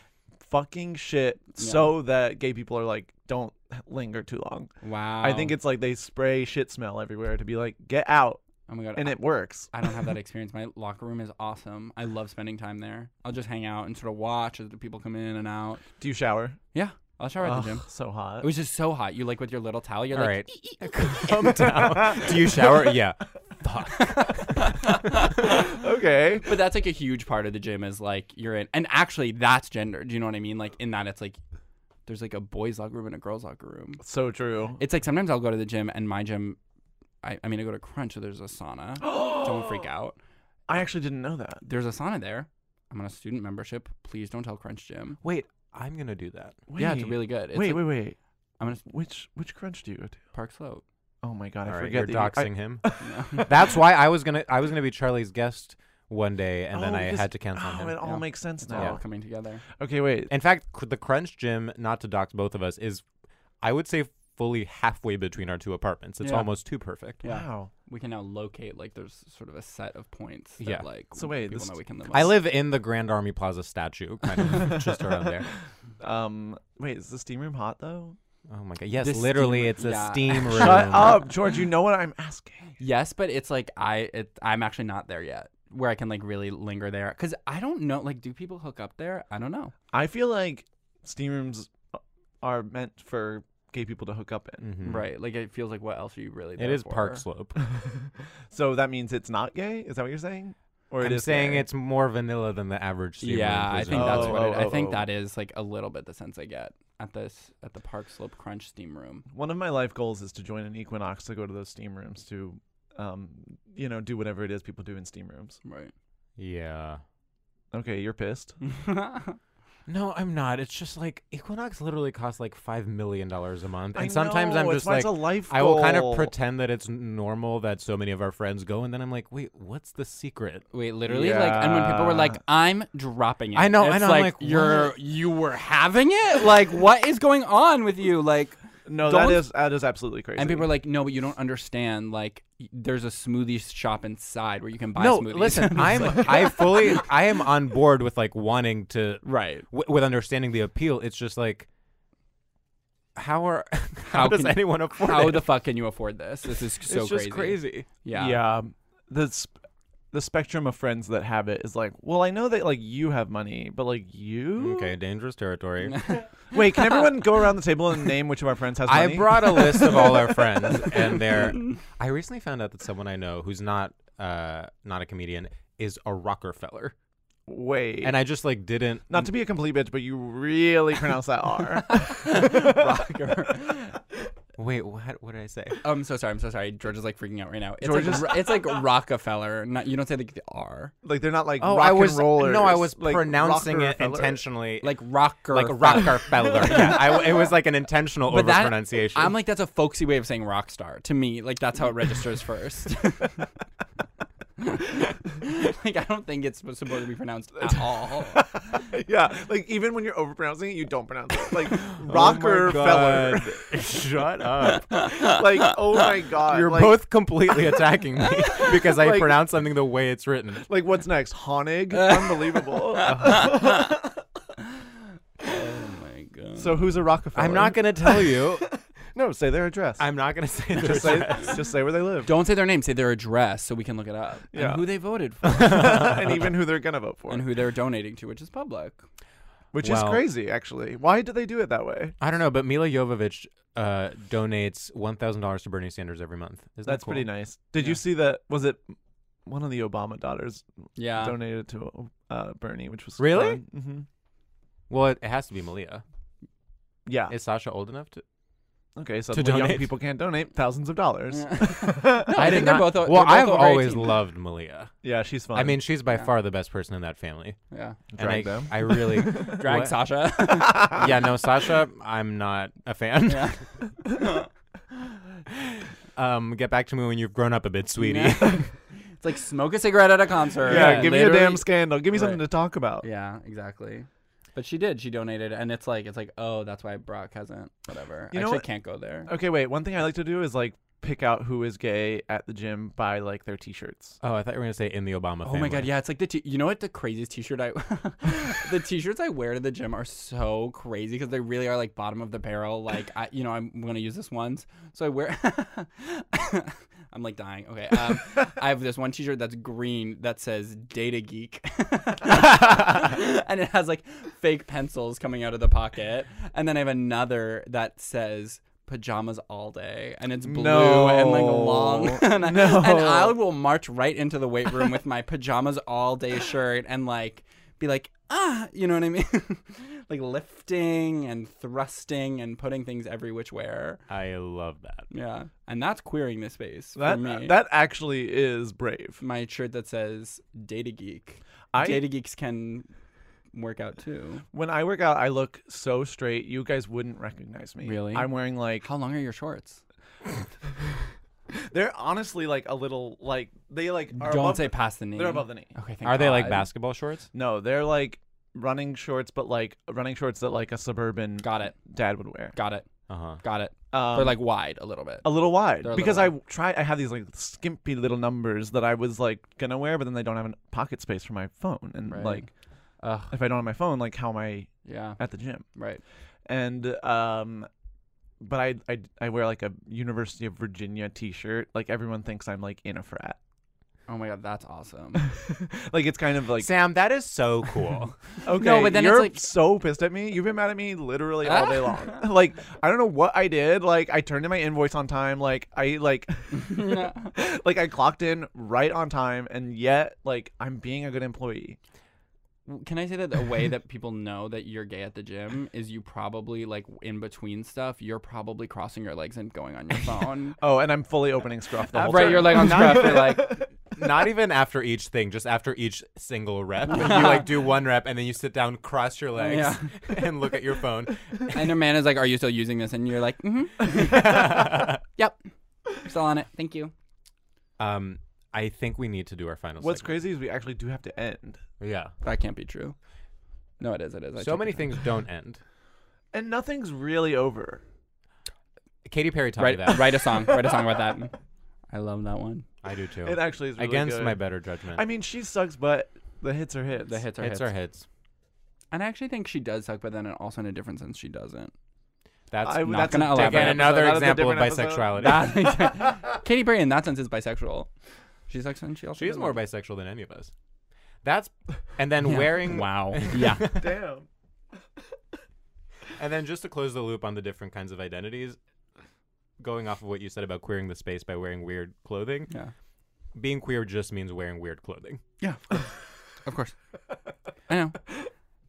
Speaker 2: fucking shit so that gay people are like don't linger too long.
Speaker 1: Wow.
Speaker 2: I think it's like they spray shit smell everywhere to be like get out
Speaker 1: Oh my god.
Speaker 2: and
Speaker 1: I-
Speaker 2: it works.
Speaker 1: I don't have that experience. My locker room is awesome. I love spending time there. I'll just hang out and sort of watch as the people come in and out.
Speaker 2: Do you shower?
Speaker 1: Yeah. I'll shower at
Speaker 2: Oh,
Speaker 1: the gym.
Speaker 2: so
Speaker 1: It
Speaker 2: hot.
Speaker 1: was just so hot. You like with your little towel, you're
Speaker 3: All
Speaker 1: like
Speaker 3: right, calm down. Do you shower? Yeah.
Speaker 2: okay.
Speaker 1: But that's like a huge part of the gym is like you're in, and actually that's gender. Do you know what I mean? Like in that it's like there's like a boys locker room and a girls locker room.
Speaker 2: So true.
Speaker 1: It's like sometimes I'll go to the gym and my gym, I, I mean I go to Crunch so there's a sauna. don't freak out.
Speaker 2: I actually didn't know that.
Speaker 1: There's a sauna there. I'm on a student membership. Please don't tell Crunch Gym.
Speaker 3: Wait, I'm gonna do that.
Speaker 1: Yeah, it's
Speaker 2: Wait.
Speaker 1: really good. It's
Speaker 2: wait,
Speaker 1: like-
Speaker 2: wait, wait.
Speaker 1: I'm gonna
Speaker 2: Which which crunch do you go to?
Speaker 1: Park Slope.
Speaker 2: Oh my god,
Speaker 3: All
Speaker 2: I
Speaker 3: right,
Speaker 2: forget.
Speaker 3: you're
Speaker 2: that you- I-
Speaker 3: doxing him. That's why I was gonna I was gonna be Charlie's guest one day, and then
Speaker 2: Oh,
Speaker 3: I
Speaker 2: because-
Speaker 3: had to cancel on
Speaker 2: oh,
Speaker 3: him.
Speaker 2: It all
Speaker 1: Yeah.
Speaker 2: makes sense
Speaker 1: It's
Speaker 2: now.
Speaker 1: all coming together.
Speaker 2: Okay, wait.
Speaker 3: In fact, cr- the Crunch Gym, not to dox both of us, is I would say fully halfway between our two apartments. It's
Speaker 1: Yeah.
Speaker 3: almost too perfect.
Speaker 1: Yeah.
Speaker 2: Wow.
Speaker 1: We can now locate like there's sort of a set of points. That,
Speaker 3: Yeah.
Speaker 1: Like
Speaker 2: So wait,
Speaker 1: people
Speaker 2: this-
Speaker 1: know we can live.
Speaker 3: I
Speaker 1: on.
Speaker 3: live in the Grand Army Plaza statue, kind of just around there.
Speaker 2: Um, wait, is the steam room hot though?
Speaker 3: Oh my god! Yes,
Speaker 1: This
Speaker 3: literally,
Speaker 1: steam-
Speaker 3: it's a
Speaker 1: yeah.
Speaker 3: steam room.
Speaker 2: Shut up, George. You know what I'm asking.
Speaker 1: Yes, but it's like I it, I'm actually not there yet where I can like really linger there cuz I don't know like do people hook up there? I don't know.
Speaker 2: I feel like steam rooms are meant for gay people to hook up in.
Speaker 3: Mhm.
Speaker 1: Right. Like it feels like what else are you really
Speaker 3: It
Speaker 1: there
Speaker 3: is
Speaker 1: for?
Speaker 3: Park Slope. Mm.
Speaker 2: So that means it's not gay. Is that what you're saying? Or it
Speaker 3: I'm
Speaker 2: is
Speaker 3: saying
Speaker 2: gay?
Speaker 3: it's more vanilla than the average steam
Speaker 1: Yeah,
Speaker 3: room.
Speaker 1: I think
Speaker 3: presumably.
Speaker 1: that's what it,
Speaker 2: Oh,
Speaker 1: I think
Speaker 2: oh, oh.
Speaker 1: that is like a little bit the sense I get at this at the Park Slope Crunch steam room.
Speaker 2: one of my life goals is to join an equinox to go to those steam rooms to, um, you know, do whatever it is people do in steam rooms.
Speaker 1: Right.
Speaker 3: Yeah.
Speaker 2: Okay, you're pissed.
Speaker 3: No, I'm not. It's just like Equinox literally costs like five million dollars a month,
Speaker 2: I
Speaker 3: and sometimes I'm
Speaker 2: know,
Speaker 3: just
Speaker 2: it's why
Speaker 3: like,
Speaker 2: it's a life
Speaker 3: I will kind of
Speaker 2: goal.
Speaker 3: pretend that it's n- normal that so many of our friends go, and then I'm like, wait, what's the secret?
Speaker 1: Wait, literally, like, and when people were like, "I'm dropping it,"
Speaker 3: I know, I
Speaker 1: It's
Speaker 3: know, I'm
Speaker 1: Like,
Speaker 3: like,
Speaker 1: you're
Speaker 3: what?
Speaker 1: you were having it. Like, what is going on with you? Like,
Speaker 2: No, that
Speaker 1: don't-
Speaker 2: is that is absolutely crazy.
Speaker 1: And people are like, "No, but you don't understand. Like, y- there's a smoothie shop inside where you can buy
Speaker 3: no,
Speaker 1: smoothies."
Speaker 3: listen,
Speaker 1: It's
Speaker 3: I'm
Speaker 1: like-
Speaker 3: I fully I am on board with like wanting to
Speaker 1: right
Speaker 3: w- with understanding the appeal. It's just like how are how, does
Speaker 1: can-
Speaker 3: anyone afford
Speaker 1: How
Speaker 3: it?
Speaker 1: the fuck can you afford this? This is so
Speaker 3: just crazy.
Speaker 1: Yeah.
Speaker 2: yeah. The sp- the spectrum of friends that have it is like, well, I know that like you have money, but like you.
Speaker 3: Okay, dangerous territory.
Speaker 2: Wait, can everyone go around the table and name which of our friends has money?
Speaker 3: I brought a list of all our friends, and they're. I recently found out that someone I know who's not uh, not a comedian is a Rockefeller,
Speaker 2: Wait.
Speaker 3: and I just like didn't.
Speaker 2: Not to be a complete bitch, but you really pronounce that R.
Speaker 1: Rocker.
Speaker 3: Wait, what? What did I say?
Speaker 1: I'm so sorry. I'm so sorry. George is like freaking out right now. It's
Speaker 2: George
Speaker 1: like
Speaker 2: is-
Speaker 1: ro- it's like Rockefeller. Not you don't say like the R.
Speaker 2: Like they're not like
Speaker 3: Oh,
Speaker 2: rock
Speaker 3: I was
Speaker 2: and rollers.
Speaker 3: no, I was
Speaker 2: like,
Speaker 3: pronouncing it
Speaker 2: Rockefeller.
Speaker 3: intentionally,
Speaker 1: Like rocker.
Speaker 3: like Rockefeller. yeah, I, it was like an intentional
Speaker 1: But that-
Speaker 3: overpronunciation.
Speaker 1: I'm like that's a folksy way of saying rock star to me. Like that's how it registers first. like I don't think it's supposed to be pronounced at all.
Speaker 2: yeah, like even when you're overpronouncing it, you don't pronounce it. Like
Speaker 3: Oh my
Speaker 2: Rockefeller.
Speaker 3: God. Shut up.
Speaker 2: like oh my god,
Speaker 3: You're
Speaker 2: like,
Speaker 3: both completely attacking me because I
Speaker 2: Like-
Speaker 3: pronounced something the way it's written.
Speaker 2: Like what's next? Honig. Unbelievable.
Speaker 1: Oh my god.
Speaker 2: so who's a Rockefeller?
Speaker 3: I'm not gonna tell you.
Speaker 2: No, say their address.
Speaker 3: I'm not gonna say
Speaker 2: just
Speaker 3: this.
Speaker 2: say just say where they live.
Speaker 1: Don't say their name. Say their address so we can look it up
Speaker 2: Yeah.
Speaker 1: and who they voted for
Speaker 2: and even who they're gonna vote for,
Speaker 1: and who they're donating to, which is public.
Speaker 2: which
Speaker 3: Well-
Speaker 2: is crazy actually. Why did they do it that way?
Speaker 3: I don't know, but Mila Jovovich uh, donates one thousand dollars to Bernie Sanders every month. Isn't that
Speaker 2: That's
Speaker 3: cool?
Speaker 2: pretty nice. Did
Speaker 1: Yeah.
Speaker 2: you see that? Was it one of the Obama daughters
Speaker 1: Yeah.
Speaker 2: donated to uh, Bernie, which was
Speaker 3: Really?
Speaker 2: hmm
Speaker 3: Well, it, it has to be Malia.
Speaker 2: Yeah.
Speaker 3: Is Sasha old enough to?
Speaker 2: okay, so young
Speaker 3: donate.
Speaker 2: people can't donate thousands of dollars.
Speaker 1: No, I, think
Speaker 3: did
Speaker 1: they're
Speaker 3: not-
Speaker 1: both. o-
Speaker 3: well,
Speaker 1: they're both
Speaker 3: I've
Speaker 1: over
Speaker 3: always
Speaker 1: 18.
Speaker 3: loved Malia.
Speaker 2: yeah, she's fine.
Speaker 3: I mean, she's by
Speaker 1: Yeah.
Speaker 3: far the best person in that family.
Speaker 1: Yeah.
Speaker 3: and I,
Speaker 2: Drag them.
Speaker 3: I really
Speaker 1: Drag
Speaker 3: What?
Speaker 1: Sasha.
Speaker 3: yeah, no, Sasha, I'm not a fan.
Speaker 1: yeah.
Speaker 3: Um, get back to me when you've grown up a bit, sweetie.
Speaker 1: it's like smoke a cigarette at a concert.
Speaker 2: yeah, give me a damn
Speaker 1: Literally-
Speaker 2: scandal. Give me something
Speaker 1: uh,
Speaker 2: to
Speaker 1: Right.
Speaker 2: talk about.
Speaker 1: Yeah, exactly. But she did. She donated, and it's like it's like oh, that's why Brock hasn't whatever.
Speaker 2: You know
Speaker 1: Actually,
Speaker 2: what-
Speaker 1: can't go there.
Speaker 2: Okay, wait. One thing I like to do is like pick out who is gay at the gym by like their t-shirts.
Speaker 3: oh, I thought you were gonna say in the Obama.
Speaker 1: Oh my god,
Speaker 3: family.
Speaker 1: yeah, it's like the t- you know what the craziest t-shirt I the t-shirts I wear to the gym are so crazy because they really are like bottom of the barrel. Like I, you know, I'm gonna use this once, so I wear. I'm like dying. Okay, um, I have this one t-shirt that's green that says "Data Geek," and it has like fake pencils coming out of the pocket, and then I have another that says. Pajamas all day, and it's blue and like long,
Speaker 2: No.
Speaker 1: and, I,
Speaker 2: No.
Speaker 1: and I will march right into the weight room with my pajamas all day shirt and like be like ah you know what i mean like lifting and thrusting and putting things every which where
Speaker 3: I love that. uh,
Speaker 1: yeah and that's queering the space for
Speaker 2: That
Speaker 1: me
Speaker 2: that actually is brave.
Speaker 1: my shirt that says data geek
Speaker 2: I-
Speaker 1: data geeks can work out too
Speaker 2: When I work out, I look so straight. You guys wouldn't recognize me.
Speaker 1: Really?
Speaker 2: I'm wearing like
Speaker 1: how long are your shorts
Speaker 2: they're honestly like a little like they like are
Speaker 1: don't
Speaker 2: above-
Speaker 1: say past the knee
Speaker 2: they're above the knee.
Speaker 1: okay thank
Speaker 3: Are they like
Speaker 1: God.
Speaker 3: basketball shorts?
Speaker 2: No, they're like running shorts, but like running shorts that like a suburban
Speaker 1: got it
Speaker 2: dad would wear.
Speaker 1: got it
Speaker 3: Uh huh.
Speaker 1: got it
Speaker 2: Um,
Speaker 1: they're like wide a little bit
Speaker 2: a little wide
Speaker 1: They're a little
Speaker 2: because
Speaker 1: wide.
Speaker 2: I try. I have these like skimpy little numbers that I was like gonna wear, but then they don't have a pocket space for my phone, and
Speaker 1: Right.
Speaker 2: like
Speaker 1: Ugh.
Speaker 2: if I don't have my phone, like how am I
Speaker 1: yeah
Speaker 2: at the gym?
Speaker 1: right
Speaker 2: And um, but I I, I wear like a University of Virginia T-shirt. Like everyone thinks I'm like in a frat.
Speaker 1: oh my god that's awesome
Speaker 2: like it's kind of like
Speaker 3: Sam, that is so cool.
Speaker 2: okay,
Speaker 1: No, but then it's
Speaker 2: you're
Speaker 1: like-
Speaker 2: so pissed at me. You've been mad at me literally all day long. like I don't know what I did. Like I turned in my invoice on time. Like I like like I clocked in right on time, and yet like I'm being a good employee.
Speaker 1: W- Can I say that the way that people know that you're gay at the gym is you probably like in between stuff, you're probably crossing your legs and going on your phone.
Speaker 2: Oh, and I'm fully opening scruff the whole
Speaker 1: Uh, right,
Speaker 2: time.
Speaker 1: you're like on scruff, you're like
Speaker 3: not even after each thing, just after each single rep. you like do one rep and then you sit down, cross your legs,
Speaker 1: Yeah.
Speaker 3: and look at your phone.
Speaker 1: And her man is like, "Are you still using this?" And you're like, "Mm-hmm." yep. Still on it. Thank you.
Speaker 3: Um, I think we need to do our final.
Speaker 2: What's crazy is we actually do have to end.
Speaker 3: Yeah.
Speaker 1: That can't be true. No, it is. It is. I
Speaker 3: So
Speaker 1: take
Speaker 3: many
Speaker 1: it back.
Speaker 3: things don't end.
Speaker 2: And nothing's really over.
Speaker 3: Katy Perry taught me
Speaker 1: Write,
Speaker 3: that.
Speaker 1: write a song. write a song about that. I love that one.
Speaker 3: I do too.
Speaker 2: It actually is really
Speaker 3: against
Speaker 2: good.
Speaker 3: my better judgment.
Speaker 2: I mean, she sucks, but the hits are hits.
Speaker 1: The hits are
Speaker 3: hits
Speaker 1: hits.
Speaker 3: are hits.
Speaker 1: And I actually think she does suck, but then also in a differerent sense, she doesn't.
Speaker 3: That's
Speaker 2: I-
Speaker 1: not
Speaker 2: that's a
Speaker 1: gonna
Speaker 2: different
Speaker 1: elaborate.
Speaker 3: Again, another
Speaker 2: That's a
Speaker 3: example of
Speaker 2: different episode.
Speaker 3: bisexuality.
Speaker 1: That- Katy Perry, in that sense, is bisexual. She sucks, and she also.
Speaker 3: She is
Speaker 1: doesn't.
Speaker 3: more bisexual than any of us. That's and then
Speaker 1: Yeah.
Speaker 3: wearing
Speaker 1: Wow. Yeah.
Speaker 2: Damn.
Speaker 3: and then just to close the loop on the different kinds of identities, going off of what you said about queering the space by wearing weird clothing,
Speaker 1: Yeah.
Speaker 3: being queer just means wearing weird clothing.
Speaker 1: Yeah. Of course. I know.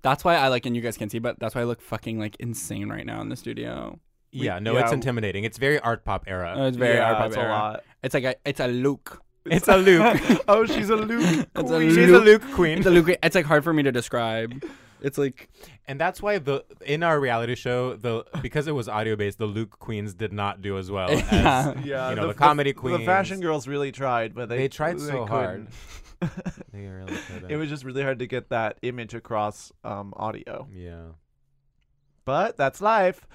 Speaker 1: That's why I like, and you guys can't see, but that's why I look fucking like insane right now in the studio. We-
Speaker 3: yeah, no,
Speaker 2: yeah,
Speaker 3: it's
Speaker 2: w-
Speaker 3: intimidating. It's very art pop era.
Speaker 1: Uh, it's very
Speaker 2: Yeah,
Speaker 1: art pop
Speaker 2: it's a
Speaker 1: era.
Speaker 2: lot.
Speaker 1: It's like a, it's a look.
Speaker 3: it's a Luke.
Speaker 2: oh, she's a Luke.
Speaker 1: It's
Speaker 2: queen.
Speaker 1: Luke.
Speaker 3: She's a Luke queen.
Speaker 1: It's a look. It's like hard for me to describe. It's like
Speaker 3: And that's why the in our reality show, the because it was audio based, the Luke queens did not do as well
Speaker 1: Yeah.
Speaker 3: as
Speaker 2: Yeah,
Speaker 3: you know, the, comedy
Speaker 2: queen.
Speaker 3: queens.
Speaker 2: The fashion girls really tried, but they
Speaker 3: They tried
Speaker 2: they
Speaker 3: so hard.
Speaker 2: couldn't.
Speaker 3: They really couldn't.
Speaker 2: it was just really hard to get that image across um, audio.
Speaker 3: Yeah.
Speaker 2: But that's life.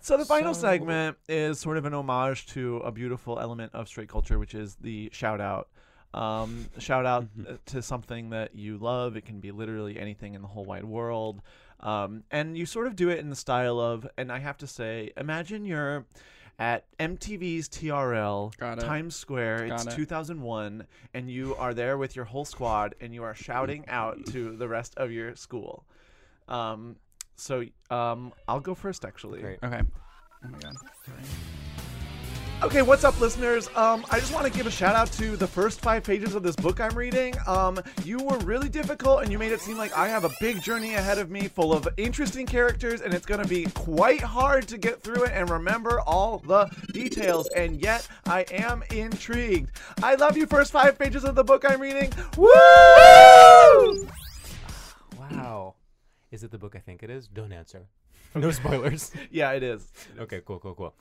Speaker 2: So the final
Speaker 3: So-
Speaker 2: segment is sort of an homage to a beautiful element of straight culture, which is the shout out. Um, shout out
Speaker 1: Mm-hmm.
Speaker 2: uh, to something that you love. It can be literally anything in the whole wide world. Um, and you sort of do it in the style of, and I have to say, imagine you're at MTV's TRL,
Speaker 1: Got it.
Speaker 2: Times Square, it's
Speaker 1: Got it.
Speaker 2: 2001, and you are there with your whole squad and you are shouting out to the rest of your school. Um, so um, I'll go first, actually.
Speaker 3: Great.
Speaker 1: okay. Oh my god.
Speaker 2: Okay, what's up, listeners? Um, I just want to give a shout out to the first five pages of this book I'm reading. Um, you were really difficult, and you made it seem like I have a big journey ahead of me, full of interesting characters, and it's going to be quite hard to get through it and remember all the details. And yet, I am intrigued. I love you, first five pages of the book I'm reading. Woo!
Speaker 3: Wow. Is it the book I think it is? Don't answer. No spoilers.
Speaker 2: Yeah, it is.
Speaker 3: okay, cool, cool, cool.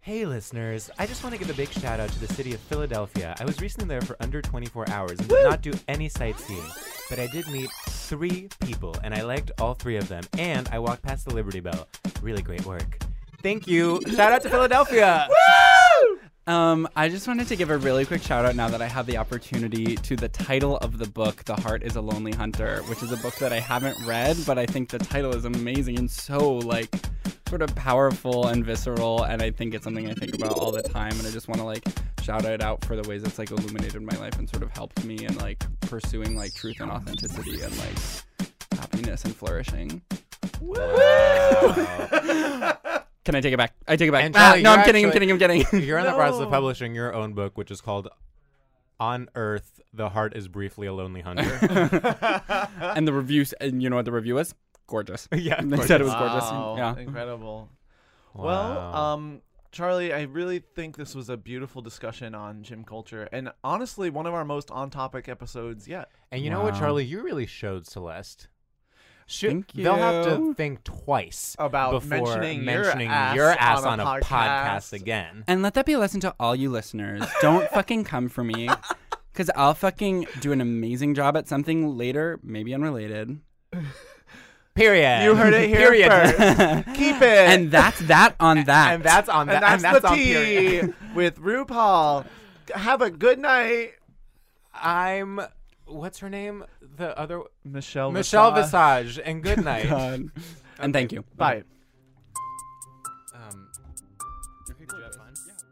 Speaker 3: Hey, listeners, I just want to give a big shout out to the city of Philadelphia. I was recently there for under 24 hours and did not do any sightseeing, but I did meet three people and I liked all three of them, and I walked past the Liberty Bell. Really great work. Thank you. Shout out to Philadelphia.
Speaker 1: Um, I just wanted to give a really quick shout out now that I have the opportunity to the title of the book, The Heart is a Lonely Hunter, which is a book that I haven't read, but I think the title is amazing and so like sort of powerful and visceral and I think it's something I think about all the time and I just want to like shout it out for the ways it's like illuminated my life and sort of helped me in like pursuing like truth and authenticity and like happiness and flourishing. Can I take it back? I take it back.
Speaker 3: And
Speaker 1: Ah,
Speaker 3: Charlie,
Speaker 1: no, I'm
Speaker 3: you're
Speaker 1: kidding, I'm
Speaker 3: actually-
Speaker 1: kidding, I'm kidding.
Speaker 3: You're in the process of
Speaker 2: No.
Speaker 3: publishing your own book, which is called On Earth, The Heart is Briefly a Lonely Hunter.
Speaker 1: and the reviews and you know what the review was gorgeous
Speaker 3: yeah.
Speaker 1: they said it was gorgeous
Speaker 2: Wow,
Speaker 1: yeah
Speaker 2: incredible. Well,
Speaker 3: Wow.
Speaker 2: um, Charlie, I really think this was a beautiful discussion on gym culture, and honestly, one of our most on-topic episodes yet.
Speaker 3: And you know what,
Speaker 1: Wow.
Speaker 3: Charlie? You really showed Celeste. She,
Speaker 1: Thank
Speaker 3: They'll have to
Speaker 1: you.
Speaker 3: think twice
Speaker 2: About
Speaker 3: before
Speaker 2: mentioning your
Speaker 3: mentioning
Speaker 2: ass
Speaker 3: your
Speaker 2: on
Speaker 3: ass
Speaker 2: a
Speaker 3: on a, podcast.
Speaker 2: podcast.
Speaker 3: again.
Speaker 1: and let that be a lesson to all you listeners don't fucking come for me because i'll fucking do an amazing job at something later maybe unrelated
Speaker 3: Period.
Speaker 2: You heard it here
Speaker 3: Period.
Speaker 2: first. Keep it.
Speaker 1: and that's that on that
Speaker 3: and that's on
Speaker 2: And
Speaker 3: that. and
Speaker 2: that's,
Speaker 3: that's
Speaker 2: the
Speaker 3: on
Speaker 2: tea
Speaker 3: period.
Speaker 2: with RuPaul. Have a good night,
Speaker 3: I'm. What's her name? The other
Speaker 2: Michelle.
Speaker 3: Michelle
Speaker 2: Oh, Visage.
Speaker 3: Visage. And good night.
Speaker 1: God. and thank you
Speaker 2: Bye.
Speaker 3: Um, okay, did you have fun? Yeah.